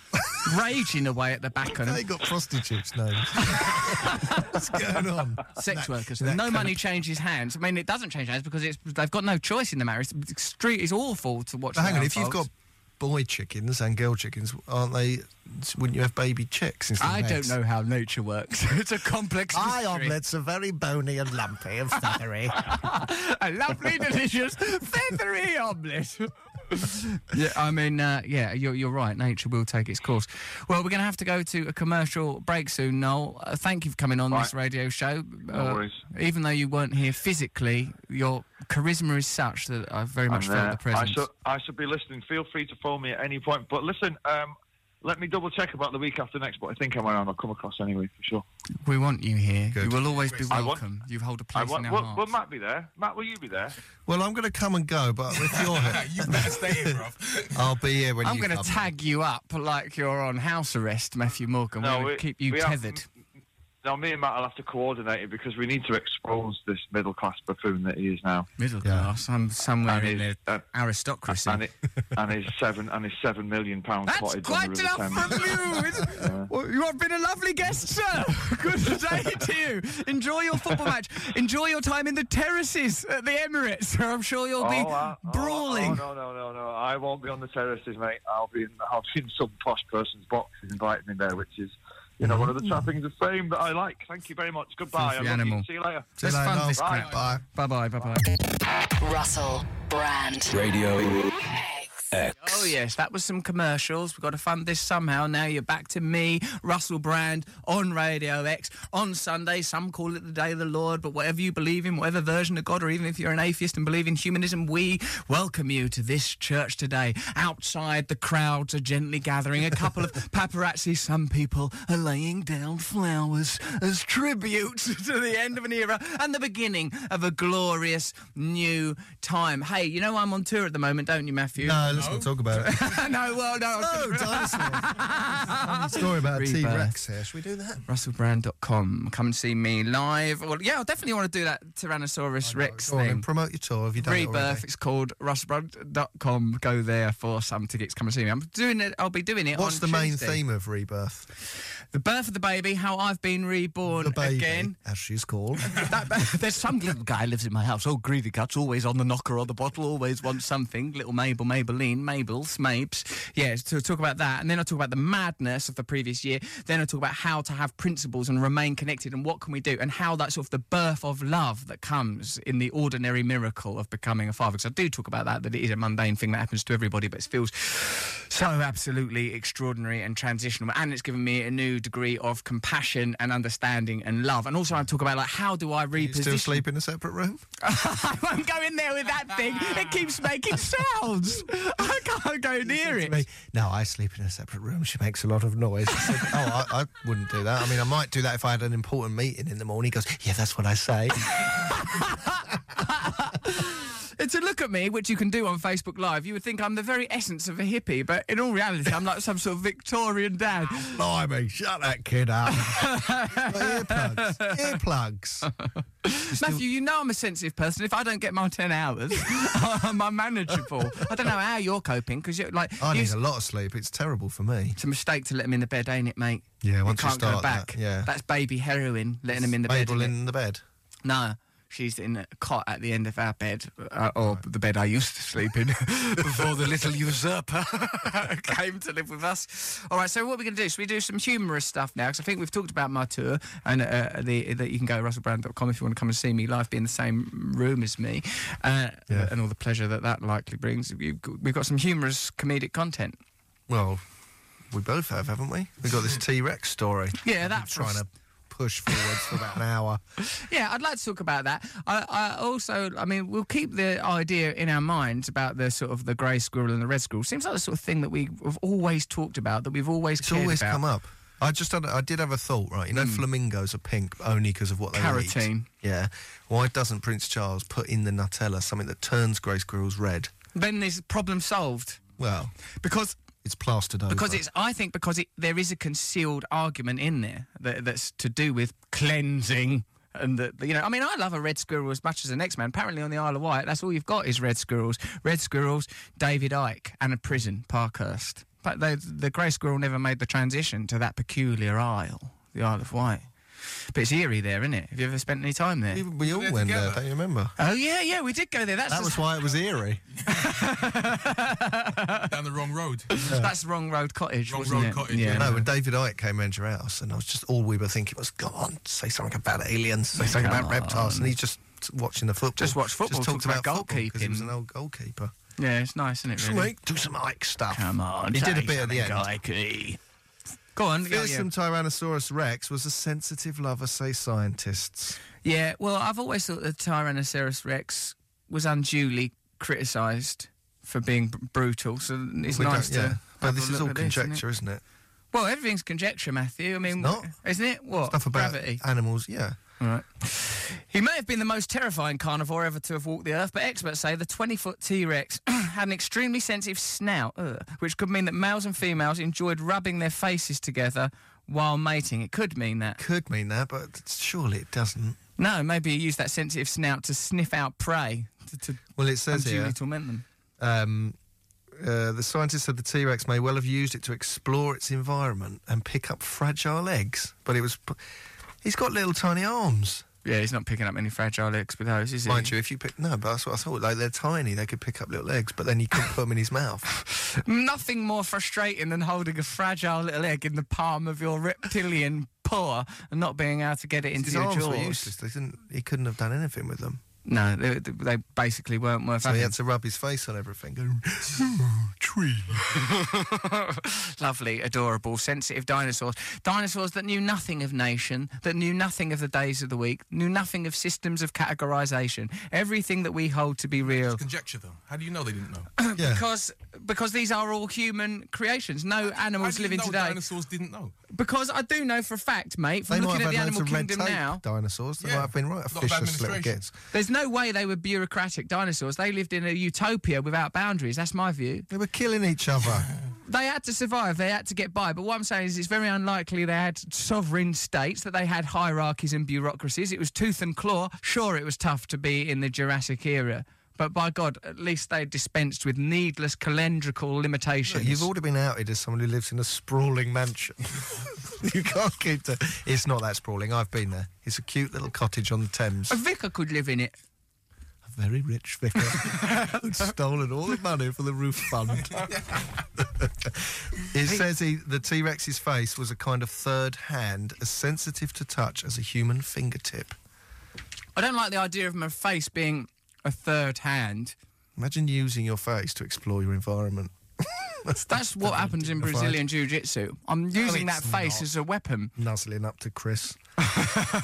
raging away at the back of
They
them.
got prostitutes' names. What's going on?
Sex
That-
workers.
that
no
kind
money
of-
changes hands. I mean, it doesn't change hands because it's they've got no choice in the matter. It's, the street is awful to watch.
But hang
that
on, if you've got
unfold.
boy chickens and girl chickens, aren't they? Wouldn't you have baby chicks instead?
I
of
don't
eggs?
know how nature works. it's a complex.
Eye
mystery.
omelettes are very bony and lumpy and feathery.
a lovely, delicious, feathery omelette. yeah, I mean, uh, yeah, you're, you're right. Nature will take its course. Well, we're going to have to go to a commercial break soon, Noel. Uh, thank you for coming on this radio show. Uh,
No worries.
Even though you weren't here physically, your charisma is such that I very much
I'm
felt
there.
the presence.
uh, I should, I should be listening. Feel free to phone me at any point. But listen, um, let me double check about the week after next. But I think I'm around. I'll come across anyway for sure.
We want you here. You will always be
I want-
welcome. You hold a place
wa-
in our
will,
hearts.
will Matt be there? Matt, will you be there?
well, I'm going to come and go, but if you're here,
you better stay here, bro.
I'll be here when
I'm
you
going to
come.
tag you up like you're on house arrest, Matthew Morgan.
No,
we
we-
would keep you
we have-
tethered.
Now, me and Matt will have to coordinate it because we need to expose this middle class buffoon that he is now.
Middle class. I'm somewhere in the aristocracy.
And, it, and his seven and his seven million pound
That's
cottage on
quite
the River
enough
Thames.
from you. It's-
Yeah.
Well, You have been a lovely guest, sir. Good day to you. Enjoy your football match. Enjoy your time in the terraces at the Emirates. I'm sure you'll be
Oh, I- oh,
brawling.
Oh, no, no, no, no. I won't be on the terraces, mate. I'll be in, I'll be in some posh person's box inviting me there, which is, you know, one of the trappings of fame that I like. Thank you very much. Goodbye. I
Mm-hmm. Filthy
love you.
animal.
See you later.
Let's fund this
Bye.
crap. Bye. Bye-bye, bye-bye.
Russell Brand.
Radio X.
Oh yes, that was some commercials. We've got to fund this somehow. Now you're back to me, Russell Brand, on Radio X on Sunday. Some call it the day of the Lord, but whatever you believe in, whatever version of God, or even if you're an atheist and believe in humanism, we welcome you to this church today. Outside, the crowds are gently gathering. A couple of paparazzi, some people are laying down flowers as tribute to the end of an era and the beginning of a glorious new time. Hey, you know I'm on tour at the moment, don't you, Matthew?
No, let's not talk about it.
no, well, no.
Oh, dinosaurs. Story about a
Rebirth.
T Rex here. Should we do that?
RussellBrand.com. Come and see me live. Well, yeah, I definitely want to do that Tyrannosaurus Rex
Go on
thing.
and promote your tour. Have you done it already?
Rebirth. It's called RussellBrand.com. Go there for some tickets. Come and see me. I'm doing it. I'll be doing it.
What's
on
the main
Tuesday.
theme of Rebirth?
The birth of the baby. How I've been reborn
The baby,
again.
as she's called.
That- there's some little guy lives in my house. Oh, greedy guts, always on the knocker or the bottle, always wants something. Little Mabel, Mabeline, Mabels, Mapes. Yeah, to talk about that, and then I talk about the madness of the previous year. Then I talk about how to have principles and remain connected, and what can we do, and how that's sort of the birth of love that comes in the ordinary miracle of becoming a father. Because I do talk about that, that it is a mundane thing that happens to everybody, but it feels so absolutely extraordinary and transitional and it's given me a new degree of compassion and understanding and love and also i talk about like how do i
You still
reposition
sleep in a separate room?
I won't go in there with that thing. It keeps making sounds. I can't go near
to
it.
me, no, I sleep in a separate room. She makes a lot of noise. I said, oh, I, I wouldn't do that. I mean, I might do that if I had an important meeting in the morning. He goes, yeah, that's what I say.
And to look at me, which you can do on Facebook Live, you would think I'm the very essence of a hippie, but in all reality, I'm like some sort of Victorian dad.
Blimey, shut that kid up. earplugs. Earplugs.
Matthew, you know I'm a sensitive person. If I don't get my 10 hours, I'm unmanageable. I don't know how you're coping because you're like,
I
you-
need a lot of sleep. It's terrible for me.
it's a mistake to let him in the bed, ain't it, mate?
Yeah, once
you
you
can't go
start that,
back.
yeah.
That's baby heroin, letting him in the bed.
Mabel
isn't it?
in the bed.
No, she's in a cot at the end of our bed, uh, or the bed I used to sleep in before the little usurper came to live with us. All right, so what are we going to do? Should we do some humorous stuff now? Because I think we've talked about my tour, and uh, the, that you can go to russellbrand.com if you want to come and see me live, be in the same room as me, uh,
Yeah.
and all the pleasure that that likely brings. We've got- we've got some humorous comedic content.
Well, we both have, haven't we? We've got this T Rex story.
Yeah,
I'm
that's
trying to push forwards for about an hour.
Yeah, I'd like to talk about that. I, I also, I mean, we'll keep the idea in our minds about the sort of the grey squirrel and the red squirrel. Seems like the sort of thing that we've always talked about, that we've always
It's
cared
always
about. Hmm.
come up. I just had, I did have a thought, right? You know, flamingos are pink only because of what they
Carotene.
eat. Yeah. Why doesn't Prince Charles put in the Nutella something that turns grey squirrels red?
Then there's problem solved
Well,
because
it's plastered over.
because it's I think because it, there is a concealed argument in there that, that's to do with cleansing. And that you know, I mean, I love a red squirrel as much as the next man. Apparently, on the Isle of Wight, that's all you've got is red squirrels, red squirrels, David Icke, and a prison, Parkhurst. But the the grey squirrel never made the transition to that peculiar isle, the Isle of Wight. But it's eerie there, isn't it? Have you ever spent any time there?
We, we all
They're
went there,
together.
don't you remember?
Oh yeah, yeah, we did go there. That's
That was why it was eerie.
Down the wrong road.
that's wrong road cottage,
Wrong
wasn't
Road
it?
Cottage,
yeah.
yeah.
No, when David Icke came round your house, and I was just all we were thinking was, "Go on, say something about aliens, say something about reptiles," and he's just watching the football.
Just watch football,
Just talked
talked about
football 'cause he was
goalkeeping.
an old goalkeeper.
yeah, it's nice, isn't it? Really?
Mate, do some Ike stuff.
Come on,
he did a
say
bit at the end.
Crikey. Go on. yeah, yeah.
Fearsome Tyrannosaurus Rex was a sensitive lover, say scientists.
Yeah, well, I've always thought that Tyrannosaurus Rex was unduly criticised for being b- brutal, so it's
We don't-
nice to.
yeah. But
have a
this is
look
all
at this, isn't it?
conjecture, isn't it?
Well, everything's conjecture, Matthew. I mean,
not.
isn't it? What
Stuff about
gravity?
animals, yeah.
All right. He may have been the most terrifying carnivore ever to have walked the earth, but experts say the 20 foot T Rex had an extremely sensitive snout, ugh, which could mean that males and females enjoyed rubbing their faces together while mating. It could mean that.
Could mean that, but surely it doesn't.
No, maybe he used that sensitive snout to sniff out prey to, to
Well, it says
unduly
here.
torment them.
um, uh, the scientists said the T Rex may well have used it to explore its environment and pick up fragile eggs, but it was. p- He's got little tiny arms.
Yeah, he's not picking up any fragile eggs with those, is he?
Mind you, if you pick no, but that's what I thought. Like they're tiny, they could pick up little eggs, but then you could put them in his mouth.
Nothing more frustrating than holding a fragile little egg in the palm of your reptilian paw and not being able to get it into
his
your
arms
jaws.
were useless. They didn't. He couldn't have done anything with them.
No, they, they basically weren't worth
So he
having.
had to rub his face on everything. Go, tree.
Lovely, adorable, sensitive dinosaurs. Dinosaurs that knew nothing of nation, that knew nothing of the days of the week, knew nothing of systems of categorization. Everything that we hold to be real.
Conjecture though. How do you know they didn't know?
Uh.
Because because these are all human creations. No animals
How do you
living
know
today.
Dinosaurs didn't know.
Because I do know for a fact, mate,
They
from
might
looking
have
at the
had loads
animal
of red
kingdom
tape
now.
dinosaurs. They might have been right
Lot of
officious little
administration.
gits.
There's no way they were bureaucratic dinosaurs. They lived in a utopia without boundaries. That's my view.
They were killing each other.
They had to survive. They had to get by. But what I'm saying is, it's very unlikely they had sovereign states, that they had hierarchies and bureaucracies. It was tooth and claw. Sure, it was tough to be in the Jurassic era. But by God, at least they dispensed with needless calendrical limitations.
Look, you've already been outed as someone who lives in a sprawling mansion. you can't keep the. It's not that sprawling. I've been there. It's a cute little cottage on the Thames.
A vicar could live in it.
A very rich vicar who'd stolen all the money for the roof fund. it says he, the T Rex's face was a kind of third hand, as sensitive to touch as a human fingertip.
I don't like the idea of my face being a third hand.
Imagine using your face to explore your environment.
That's what happens in
dignified.
Brazilian Jiu Jitsu. I'm using
it's
that face
not.
as a weapon.
Nuzzling up to Chris.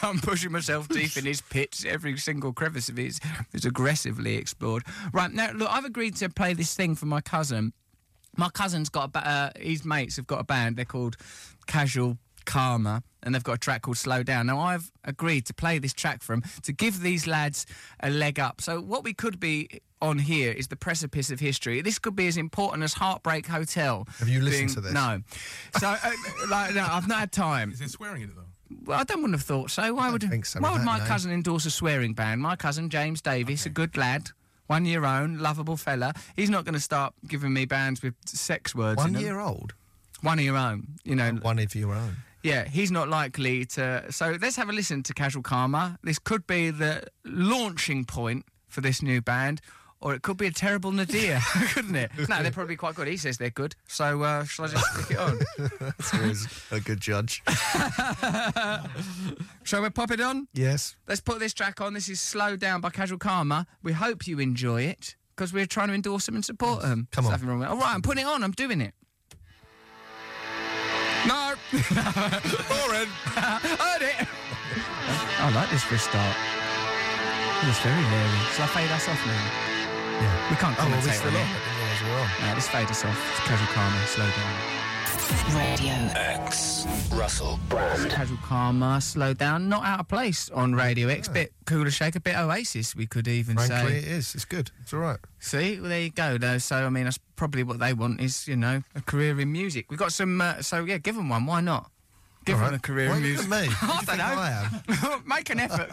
I'm pushing myself deep in his pits. Every single crevice of it is, is aggressively explored. Right now, look, I've agreed to play this thing for my cousin. My cousin's got a ba- uh, his mates have got a band. They're called Casual Karma, and they've got a track called Slow Down. Now, I've agreed to play this track for them to give these lads a leg up. So, what we could be on here is the precipice of history. This could be as important as Heartbreak Hotel.
Have you listened to this?
No. So, uh, like, no, I've not had time.
Is they swearing in it though?
Well, I don't wouldn't have thought so. Why would
think so,
Why
with
would
that
my
name.
cousin endorse a swearing ban? My cousin James Davis, a good lad, one year old, lovable fella. He's not going to start giving me bans with sex words.
One
in 'em.
year old?
One of your own, you know.
One of your own.
Yeah, he's not likely to. So let's have a listen to Casual Karma. This could be the launching point for this new band, or it could be a terrible nadir, couldn't it? No, they're probably quite good. He says they're good. So uh, shall I just stick it on?
That's always a good judge.
Shall we pop it on?
Yes.
Let's put this track on. This is Slow Down by Casual Karma. We hope you enjoy it because we're trying to endorse them and support them.
Come on.
Nothing wrong with it. All right, I'm putting it on. I'm doing it. No. Boring. Heard it. I like this for a start. It's very eerie. Shall I fade us off now? Yeah. We can't
Oh, well, we're
commentate
still
on
on.
it.
I didn't realise
No, let's fade us off. It's Casual Karma, Slow Down.
Radio
X. Russell Brand.
Casual Karma, Slow Down, not out of place on Radio X. Bit cooler shake, a bit Oasis, we could even
we were on. Frankly, it
say.
is. It's good. It's all right.
See, well, there you go, though. So, I mean, that's probably what they want is, you know, a career in music. We've got some, uh, so yeah, give them one. Why not? Give
All
them
right.
a career
Why
in
are you
music.
looking
I
at me? You
don't
think
know.
I am?
Make an effort.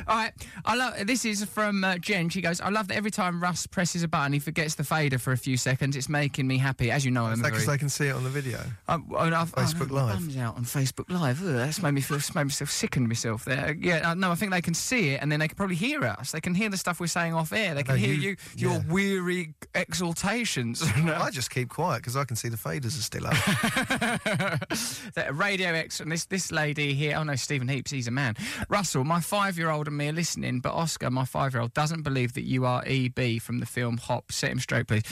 All right. I love this is from uh, Jen. She goes, "I love that every time Russ presses a button, he forgets the fader for a few seconds. It's making me happy." As you know,
Is
I'm a
that because
very
they can see it on the video?
um, well, and I've,
Facebook
oh, no, my
Live.
Bum's out on Facebook Live. Ugh, that's made me feel, made myself sickened myself there. Yeah, uh, no, I think they can see it, and then they can probably hear us. They can hear the stuff we're saying off air. They can
know,
hear you,
you-
your
yeah.
weary exultations.
I just keep quiet because I can see the faders are still up.
that Radio X and this this lady here. Oh no, Stephen Heaps, he's a man. Russell, my five year old and me are listening, but Oscar, my five year old, doesn't believe that you are EB from the film Hop. Set him straight, please.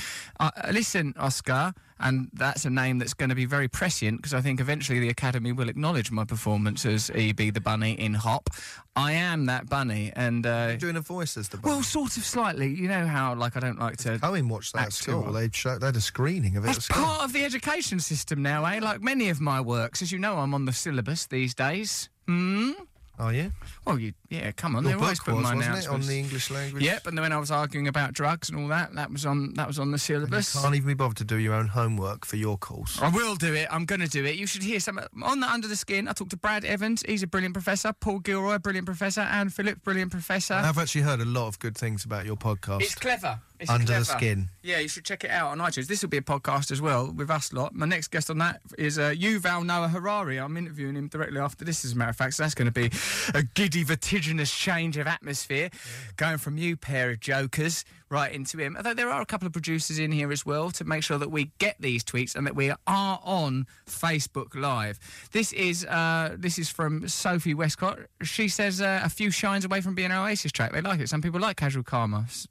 Uh, uh, listen, Oscar, and that's a name that's going to be very prescient because I think eventually the Academy will acknowledge my performance as EB the bunny in Hop. I am that bunny, and uh,
Doing a voice as the
well,
well,
sort of slightly. You know how like I don't like to.
Cohen watched that at
Act two
school. They showed they had a screening of it. at
That's
school.
part of the education system now, eh? Like many of my works, as you know, I'm on the syllabus these days. Hmm.
Are you?
Well, you, yeah, come on,
Your
they're always
book
putting
was,
my
wasn't it, on
announcements.
the English language?
Yep, and then when I was arguing about drugs and all that, that was on that was on the
You
syllabus.
can't even be bothered to do your own homework for your course.
I will do it. I'm going to do it. You should hear some on the Under the Skin. I talked to Brad Evans. He's a brilliant professor. Paul Gilroy, brilliant professor. Anne Phillips, brilliant professor.
I've actually heard a lot of good things about your podcast.
It's clever. It's
Under the
clever.
Skin.
Yeah, you should check it out on iTunes. This will be a podcast as well with us lot. My next guest on that is uh, Yuval Noah Harari. I'm interviewing him directly after this, as a matter of fact. So that's going to be a giddy, vertiginous change of atmosphere, going from you pair of jokers right into him. Although there are a couple of producers in here as well to make sure that we get these tweets and that we are on Facebook Live. This is uh, this is from Sophie Westcott. She says uh, a few shines away from being an Oasis track. They like it. Some people like Casual Karma. S-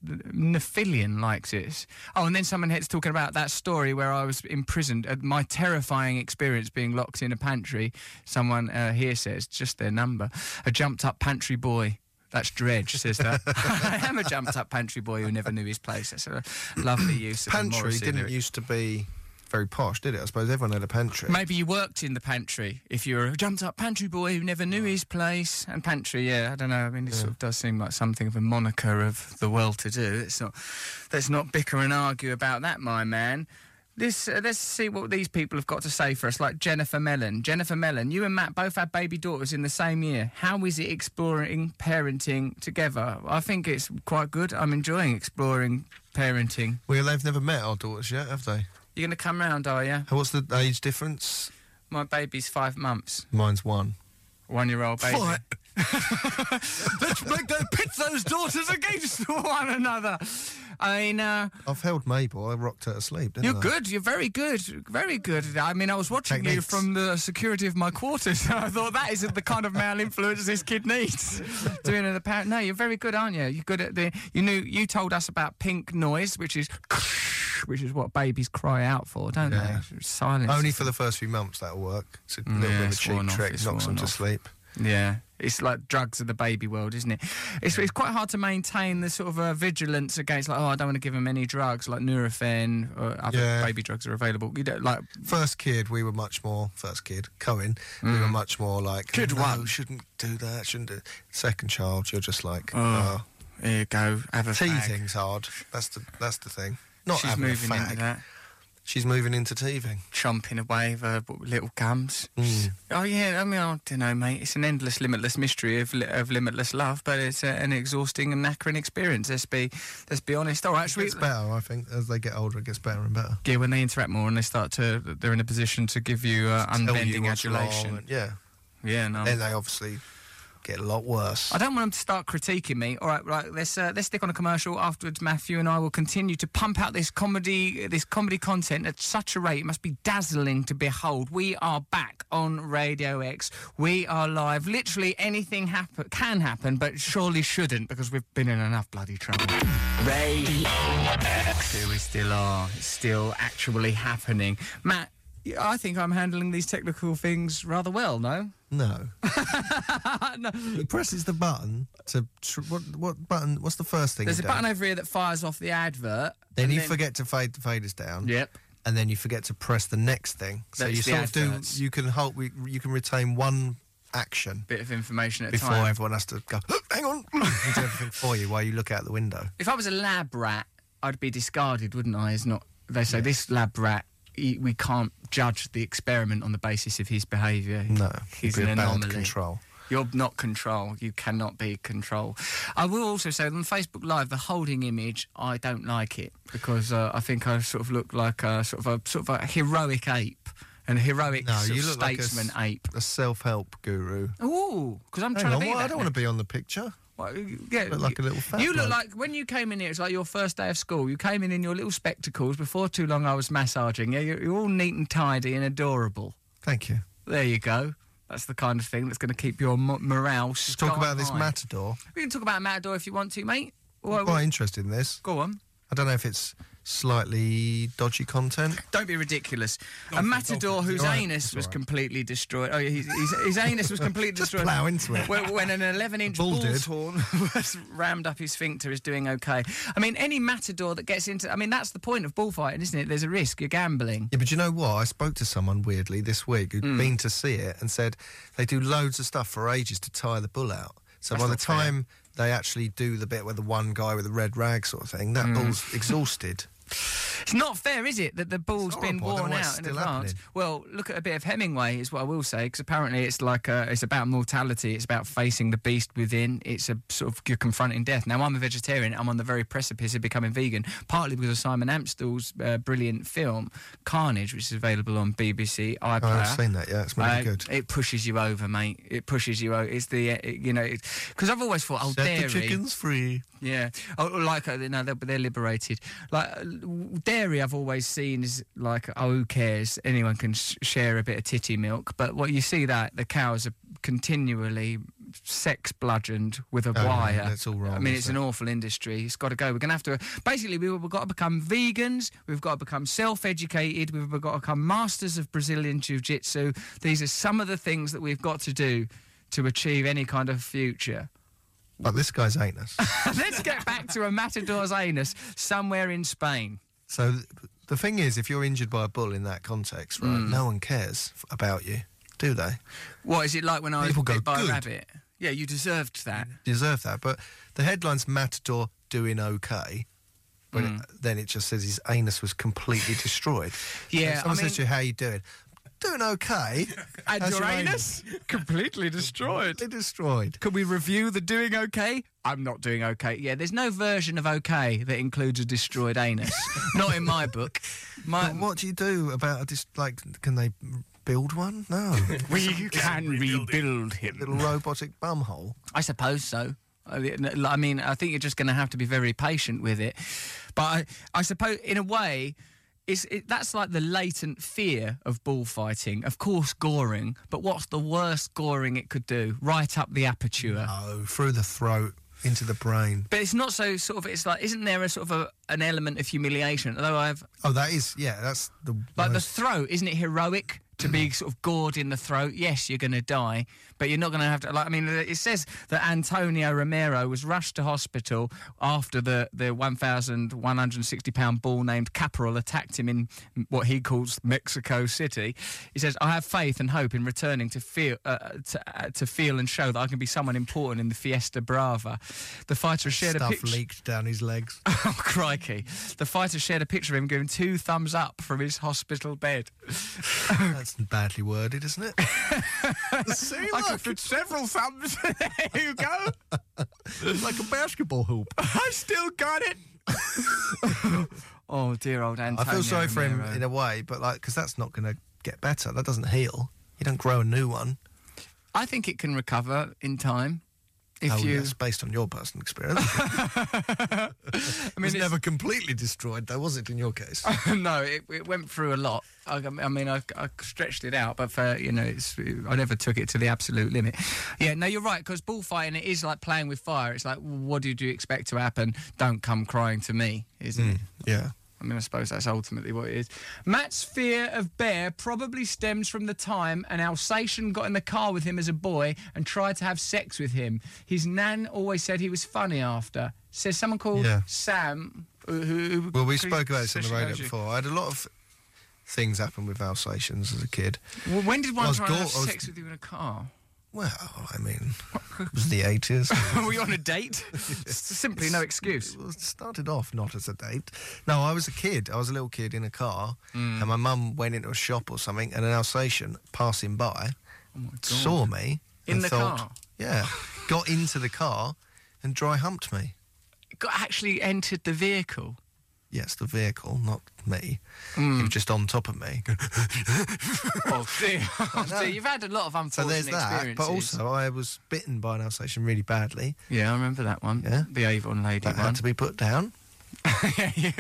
Nephilion likes it. Oh, and then someone heads talking about that story where I was imprisoned. Uh, my terrifying experience being locked in a pantry. Someone uh, here says just their number. A jumped up pantry boy. That's Dredge, says that. I am a jumped up pantry boy who never knew his place. That's a lovely use of the
Pantry
Morrissey
didn't
lyric.
used to be very posh, did it? I suppose everyone had a pantry.
Maybe you worked in the pantry if you were a jumped up pantry boy who never knew his place. And pantry, yeah, I don't know. I mean, it sort of does seem like something of a moniker of the well to do. Let's not, let's not bicker and argue about that, my man. This, uh, let's see what these people have got to say for us, like Jennifer Mellon. Jennifer Mellon, you and Matt both had baby daughters in the same year. How is it exploring parenting together? I think it's quite good. I'm enjoying exploring parenting.
Well, they've never met our daughters yet, have they?
You're going to come round, are you?
And What's the age difference?
My baby's five months.
Mine's one.
One year old baby.
Fight.
Let's make those pit those daughters against one another. I mean, uh,
I've held Mabel. I rocked her to sleep, didn't
you're
I?
good. You're very good. Very good. I mean, I was watching you
Techniques.
from the security of my quarters, and I thought that isn't the kind of male influence this kid needs. Doing the parent. No, you're very good, aren't you? You're good at the. You knew. You told us about pink noise, which is. Which is what babies cry out for, don't
Yeah.
they? Silence.
Only for the first few months that'll work. It's a
Mm, yeah,
little bit of a
it's
cheap
worn off,
trick,
it's
knocks them
worn
to
off.
sleep.
Yeah. It's like drugs of the baby world, isn't it? It's, it's quite hard to maintain the sort of uh, vigilance against, like, oh, I don't want to give them any drugs, like Nurofen or other
Yeah.
baby drugs are available. You don't like.
First kid, we were much more. First kid, Cohen, we
Mm.
were much more like. Kid one shouldn't do that. Shouldn't do. Second child, you're just like.
Oh,
Oh,
here you go. Have a fag.
teething's hard. That's the that's the thing. Not
She's
having
moving
a fag.
into that,
She's moving into teething.
chomping away with her b- little gums.
Mm.
Oh yeah, I mean, I don't know, mate. It's an endless, limitless mystery of, li- of limitless love, but it's uh, an exhausting and knackering experience. Let's be, let's be honest. All right, shall we-
It's better, I think. As they get older, it gets better and better.
Yeah, when they interact more and they start to, they're in a position to give you uh,
Tell you
unbending
what's wrong
adulation.
and- yeah.
Yeah, no.
Then they obviously get a lot worse.
Um, I don't want them to start critiquing me. All right, right. Let's uh, let's stick on a commercial. Afterwards, Matthew and I will continue to pump out this comedy this comedy content at such a rate it must be dazzling to behold. We are back on Radio X. We are live. Literally anything happen can happen, but surely shouldn't because we've been in enough bloody trouble. Radio X. Here we still are. It's still actually happening, Matt. I think I'm handling these technical things rather well. No.
No. He presses the button to tr- what? What button? What's the first thing?
There's
he
a button
does?
over here that fires off the advert.
Then
and
you forget to fade the faders down.
Yep.
And then you forget to press the next thing. So
That's
you
the
sort of do.
adverts.
You can hold. we- You can retain one action
Bit of information at a
before
time.
everyone has to go. "Look, Hang on. and do everything for you while you look out the window.
If I was a lab rat, I'd be discarded, wouldn't I? It's not. They say this lab rat. He, we can't judge the experiment on the basis of his behaviour.
No,
he's
be
an
a bound
anomaly.
control.
You're not control. You cannot be control. I will also say on Facebook Live, the holding image, I don't like it because uh, I think I sort of look like a sort of a sort of a heroic ape, an heroic
No,
sort
you
of
look like a s-
statesman ape.
A self-help guru.
Oh, because I'm
Hang
trying
on,
to be
what?
that
I don't
now.
want to be on the picture.
Well, you- yeah,
Look like
you-
a little fat
You look
bloke.
like when you came in here. It's like your first day of school. You came in in your little spectacles. Before too long, I was massaging you. You're, you're all neat and tidy and adorable.
Thank you.
There you go. That's the kind of thing that's going to keep your mo- morale. Let's
Talk about this matador.
We can talk about Matador if you want to, mate. Well,
I'm quite interested in this.
Go on.
I don't know if it's slightly dodgy content.
Don't be ridiculous. a matador whose
You're right.
anus
That's
was
all right.
completely destroyed. Oh, his, his, his anus was completely
Just
destroyed.
plough into it.
When, when an 11 inch
Bull
bull's
did.
horn was rammed up his sphincter is doing okay. I mean, any matador that gets into. I mean, that's the point of bullfighting, isn't it? There's a risk. You're gambling.
Yeah, but you know what? I spoke to someone weirdly this week who'd
Mm.
been to see it and said they do loads of stuff for ages to tire the bull out. So
That's
by the
not fair.
time
Hmm.
they actually do the bit with the one guy with the red rag sort of thing, that bull's exhausted.
It's not fair, is it, that the ball's been
horrible. I don't
worn
know why it's
out in
still
advance? Well, look at a bit of Hemingway, is what I will say, because apparently it's like uh it's about mortality, it's about facing the beast within, it's a sort of you're confronting death. Now I'm a vegetarian, I'm on the very precipice of becoming vegan, partly because of Simon Amstel's uh, brilliant film Carnage, which is available on BBC iPlayer.
Oh, seen that, yeah, it's really good.
Uh, It pushes you over, mate. It pushes you over. It's the uh, it- you know, because I've always thought, oh,
Set
dairy.
the chickens free.
Yeah, oh, like uh, no, they're, they're liberated. Like uh, dairy, I've always seen is like, oh, who cares? Anyone can sh- share a bit of titty milk. But what you see that the cows are continually sex bludgeoned with a
Oh, yeah,
wire.
that's all wrong,
I mean, it's
isn't
an awful industry. It's got to go. We're going to have to. Basically, we, we've got to become vegans. We've got to become self-educated. We've got to become masters of Brazilian jiu-jitsu. These are some of the things that we've got to do to achieve any kind of future.
But this guy's anus.
Let's get back to a matador's anus somewhere in Spain.
So th- the thing is, if you're injured by a bull in that context, right,
Mm.
no one cares f- about you, do they?
What is it like when I was
People go,
bit by
"Good."
a rabbit? Yeah, you deserved that.
You deserve that. But the headline's Matador doing okay. But
Hmm.
it- then it just says his anus was completely destroyed.
Yeah,
So if someone
I mean-
says to you, "How you doing?" Doing okay.
And
How's
your anus? completely destroyed.
Completely destroyed.
Could we review the doing okay? I'm not doing okay. Yeah, there's no version of okay that includes a destroyed anus. not in my book. My,
But what do you do about a dis- like? Can they build one? No.
we can rebuild him.
Little robotic bumhole.
I suppose so. I mean, I mean, I think you're just going to have to be very patient with it. But I, I suppose, in a way, it's, it, that's like the latent fear of bullfighting. Of course, goring, but what's the worst goring it could do? Right up the aperture.
Oh, through the throat into the brain.
But it's not so sort of. It's like, isn't there a sort of a, an element of humiliation? Although I've
Oh, that is yeah. That's the
like the throat, isn't it heroic to be sort of gored in the throat? Yes, you're going to die, but you're not going to have to. Like, I mean, it says that Antonio Romero was rushed to hospital after the the 1,160 pound bull named Caporal attacked him in what he calls Mexico City. He says, "I have faith and hope in returning to feel uh, to, uh, to feel and show that I can be someone important in the Fiesta Brava." The fighter shared a
stuff
picture.
leaked down his legs.
Oh, crikey. The fighter shared a picture of him giving two thumbs up from his hospital bed.
That's badly worded, isn't it? See,
I could fit several thumbs. there you go.
It's like a basketball hoop.
I still got it. oh, dear old Antonio.
I feel sorry for him
Romero.
in a way, but like because that's not going to get better. That doesn't heal. You don't grow a new one.
I think it can recover in time. If
oh,
you,
yes, based on your personal experience. I mean, it was never completely destroyed, though, was it? In your case,
no, it, it went through a lot. I, I mean, I, I stretched it out, but for, you know, it's, I never took it to the absolute limit. Yeah, no, you're right because bullfighting it is like playing with fire. It's like, what did you expect to happen? Don't come crying to me, isn't
Hmm.
it?
yeah.
I mean, I suppose that's ultimately what it is. Matt's fear of bear probably stems from the time an Alsatian got in the car with him as a boy and tried to have sex with him. His nan always said he was funny after. Says someone called
Yeah.
Sam. Who, who,
Well, we spoke about this on the radio
Sociology.
before. I had a lot of things happen with Alsatians as a kid.
Well, when did one
I was
try and have
gall- I was-
sex with you in a car?
Well, I mean, it was the eighties.
Were you on a date? S- Simply no excuse.
It started off not as a date. No, I was a kid. I was a little kid in a car,
Mm.
and my mum went into a shop or something, and an Alsatian passing by saw me
Oh In
and
the
thought,
car?
Yeah, got into the car and dry humped me.
Got actually entered the vehicle.
Yes, the vehicle, not me.
Mm.
He was just on top of me.
oh dear! Oh, dear. You've had a lot of
so
unfortunate
there's that.
experiences.
But also, I was bitten by an Alsatian really badly.
yeah, I remember that one.
Yeah.
the Avon lady
That
one.
had to be put down.
Yeah, yeah.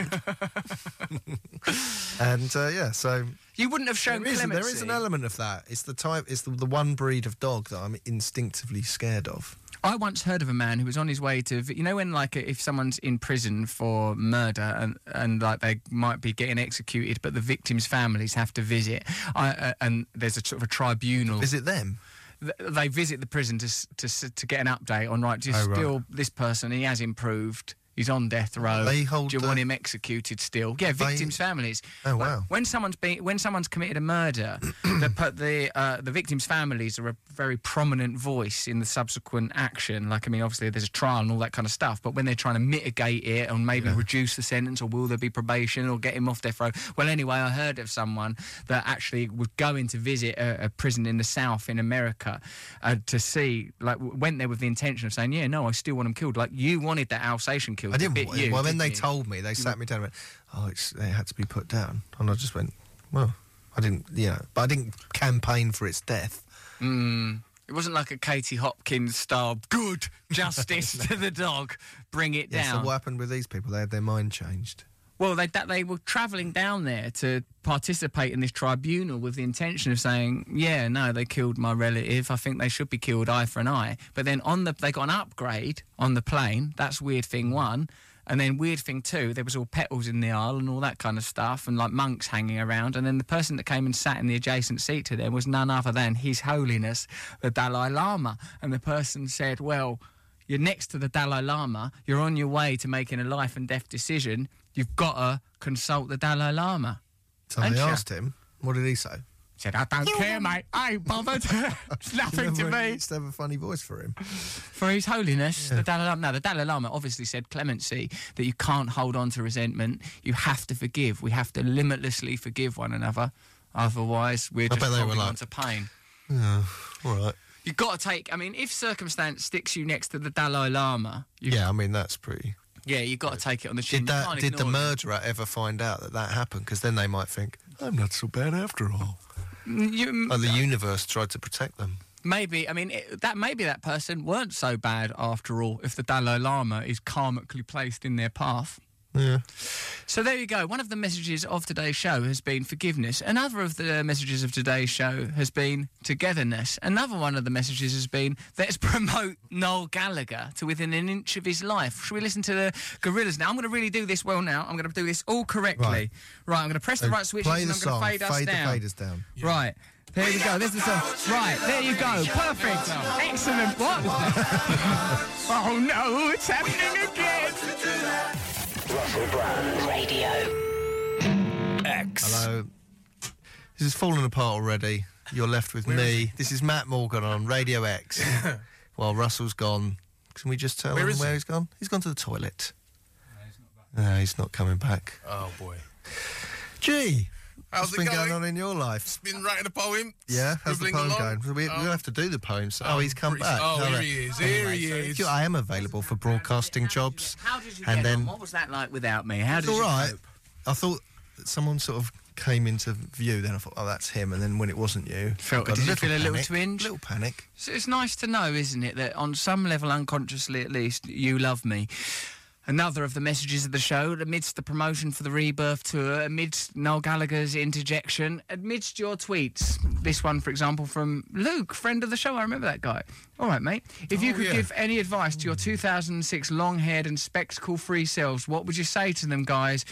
And uh, yeah, so
You wouldn't have shown
There is,
clemency.
there is an element of that. It's the type. It's the, the one breed of dog that I'm instinctively scared of.
I once heard of a man who was on his way to, you know, when like if someone's in prison for murder and and like they might be getting executed, but the victims' families have to visit, I, uh, and there's a sort of a tribunal.
Is it them?
th- they visit the prison to s- to s- to get an update on right. Just
Oh, right.
still this person he has improved. He's on death row.
They hold,
Do you want
uh,
him executed still? Yeah,
they-
victims' families.
Oh,
Like,
wow.
When someone's been, when someone's committed a murder, the pu- the uh, the victims' families are a very prominent voice in the subsequent action. Like, I mean, obviously there's a trial and all that kind of stuff, but when they're trying to mitigate it and maybe reduce the sentence, or will there be probation, or get him off death row? Well, anyway, I heard of someone that actually was going to visit a, a prison in the south in America uh, to see, like, w- went there with the intention of saying, yeah, no, I still want him killed. Like, you wanted that Alsatian killed.
I didn't
bit
want
you,
it. Well, then
didn't
they
you?
told me, they sat me down and went, oh, it's, it had to be put down. And I just went, well, I didn't, you know, but I didn't campaign for its death.
Mm. It wasn't like a Katie Hopkins style, good justice to the dog, bring it
Yeah, so
down.
what happened with these people? They had their mind changed.
well, they, that, they were travelling down there to participate in this tribunal with the intention of saying, yeah, no, they killed my relative. I think they should be killed eye for an eye. But then on the, they got an upgrade on the plane. That's weird thing one. And then weird thing two, there was all petals in the aisle and all that kind of stuff, and like monks hanging around. And then the person that came and sat in the adjacent seat to them was none other than His Holiness the Dalai Lama. And the person said, "Well, you're next to the Dalai Lama. You're on your way to making a life and death decision. You've got to consult the Dalai Lama."
So
And
they
sure.
asked him, what did he say?
said, I don't care, mate. I ain't bothered. it's nothing to
Remember,
me.
He used to have a funny voice for him.
For His Holiness, the Dalai Lama. Now, the Dalai Lama obviously said clemency, that you can't hold on to resentment. You have to forgive. We have to limitlessly forgive one another. Otherwise, we're
I
just
bet they were
holding
like-
on to pain.
Oh, all right.
You've got to take, I mean, if circumstance sticks you next to the Dalai Lama,
yeah, I mean, that's pretty.
yeah, you've got to take it on the chin.
Did
You
that?
can't
Did the
ignore it.
murderer ever find out that that happened? Because then they might think I'm not so bad after all.
Mm, You-
Like the universe tried to protect them.
Maybe I mean it, that. Maybe that person weren't so bad after all. If the Dalai Lama is karmically placed in their path,
Yeah.
So there you go. One of the messages of today's show has been forgiveness. Another of the messages of today's show has been togetherness. Another one of the messages has been let's promote Noel Gallagher to within an inch of his life. Should we listen to the Gorillas now? I'm going to really do this well now. I'm going to do this all correctly. Right.
Right.
I'm going to press the
So
right switches
play
and
the
I'm going
song.
to fade, us
Fade the
down.
faders down.
Right. There you go. There's the song. Right. There you go. Perfect. Excellent. What? oh no! It's happening again.
Russell Brand Radio.
X.
Hello. This is falling apart already. You're left with me. This is Matt Morgan on Radio X. While Russell's gone, can we just tell
Where
him
is
where
he?
he's gone? He's gone to the toilet. No, he's not coming back.
Oh boy.
Gee,
How's
what's
it
been going
going?
on in your life?
Been writing a poem.
Yeah, how's the
scribbling
poem
along.
going? We, we'll have to do the poem. So, oh, he's come
pretty-
back.
oh,
No,
here
no.
he is, here he
Anyway,
is.
so I am available for broadcasting jobs.
How did you
and
get
then
on? What was that like without me? How
it's
did
all
you
right. I thought that someone sort of came into view. Then I thought, oh, that's him. And then when it wasn't you,
Felt-
got
did you feel a little
panic,
twinge?
little panic.
So it's nice to know, isn't it, that on some level, unconsciously at least, you love me. Another of the messages of the show, amidst the promotion for the Rebirth Tour, amidst Noel Gallagher's interjection, amidst your tweets. This one, for example, from Luke, friend of the show. I remember that guy. All right, mate. If you
Oh,
could
yeah.
give any advice to your 2006 long haired and spectacle free selves, what would you say to them, guys?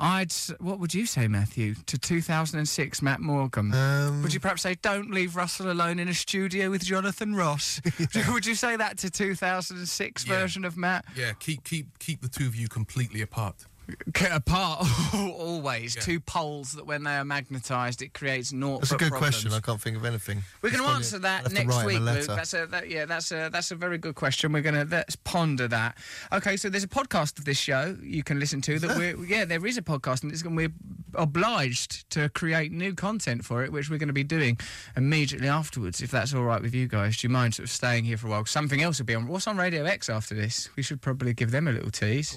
I'd. s- What would you say, Matthew, to 2006 Matt Morgan? Would you perhaps say, don't leave Russell alone in a studio with Jonathan Ross? Would you say that to 2006 version of Matt?
Yeah, keep keep keep the two of you completely apart.
Get apart always. Two poles that, when they are magnetised, it creates naught.
That's a
but
good
problems.
question. I can't think of anything.
We're going
It's
to
probably-
answer
I'll
that
have to
next
write
week,
him a
Luke.
letter.
That's a that, yeah, that's a that's a very good question. We're going to let's ponder that. Okay, so there's a podcast of this show you can listen to that we're yeah there is a podcast and it's going we're obliged to create new content for it, which we're going to be doing immediately afterwards. If that's all right with you guys, do you mind sort of staying here for a while? Something else will be on. What's on Radio X after this? We should probably give them a little tease.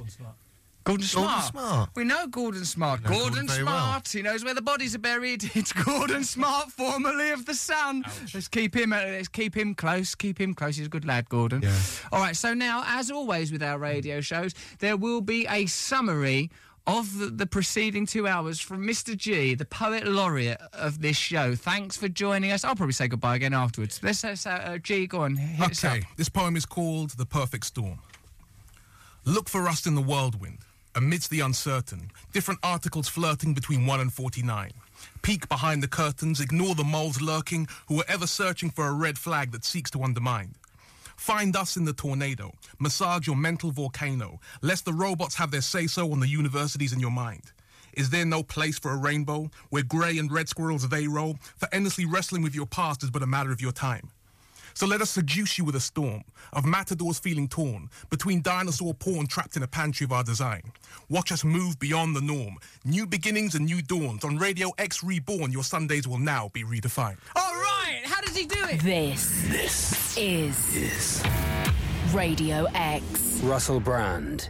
Gordon Smart.
Gordon Smart.
We know Gordon Smart.
know
Gordon,
Gordon very well.
Smart. He knows where the bodies are buried. It's Gordon Smart, formerly of the Sun. Let's keep him. uh, Let's keep him close. Keep him close. He's a good lad, Gordon.
Yeah.
All right. So now, as always with our radio shows, there will be a summary. Of the, the preceding two hours from Mr. G, the poet laureate of this show. Thanks for joining us. I'll probably say goodbye again afterwards. Let's, let's uh, uh, G, go on. Hit us up.
Okay, this poem is called The Perfect Storm. Look for us in the whirlwind, amidst the uncertain, different articles flirting between 1 and 49. Peek behind the curtains, ignore the moles lurking who are ever searching for a red flag that seeks to undermine. Find us in the tornado. Massage your mental volcano. Lest the robots have their say so on the universities in your mind. Is there no place for a rainbow where grey and red squirrels they roll? For endlessly wrestling with your past is but a matter of your time. So let us seduce you with a storm of matadors feeling torn between dinosaur porn trapped in a pantry of our design. Watch us move beyond the norm. New beginnings and new dawns. On Radio X Reborn, your Sundays will now be redefined.
All right, how does he do it?
This. This. Is. Is. Radio X.
Russell Brand.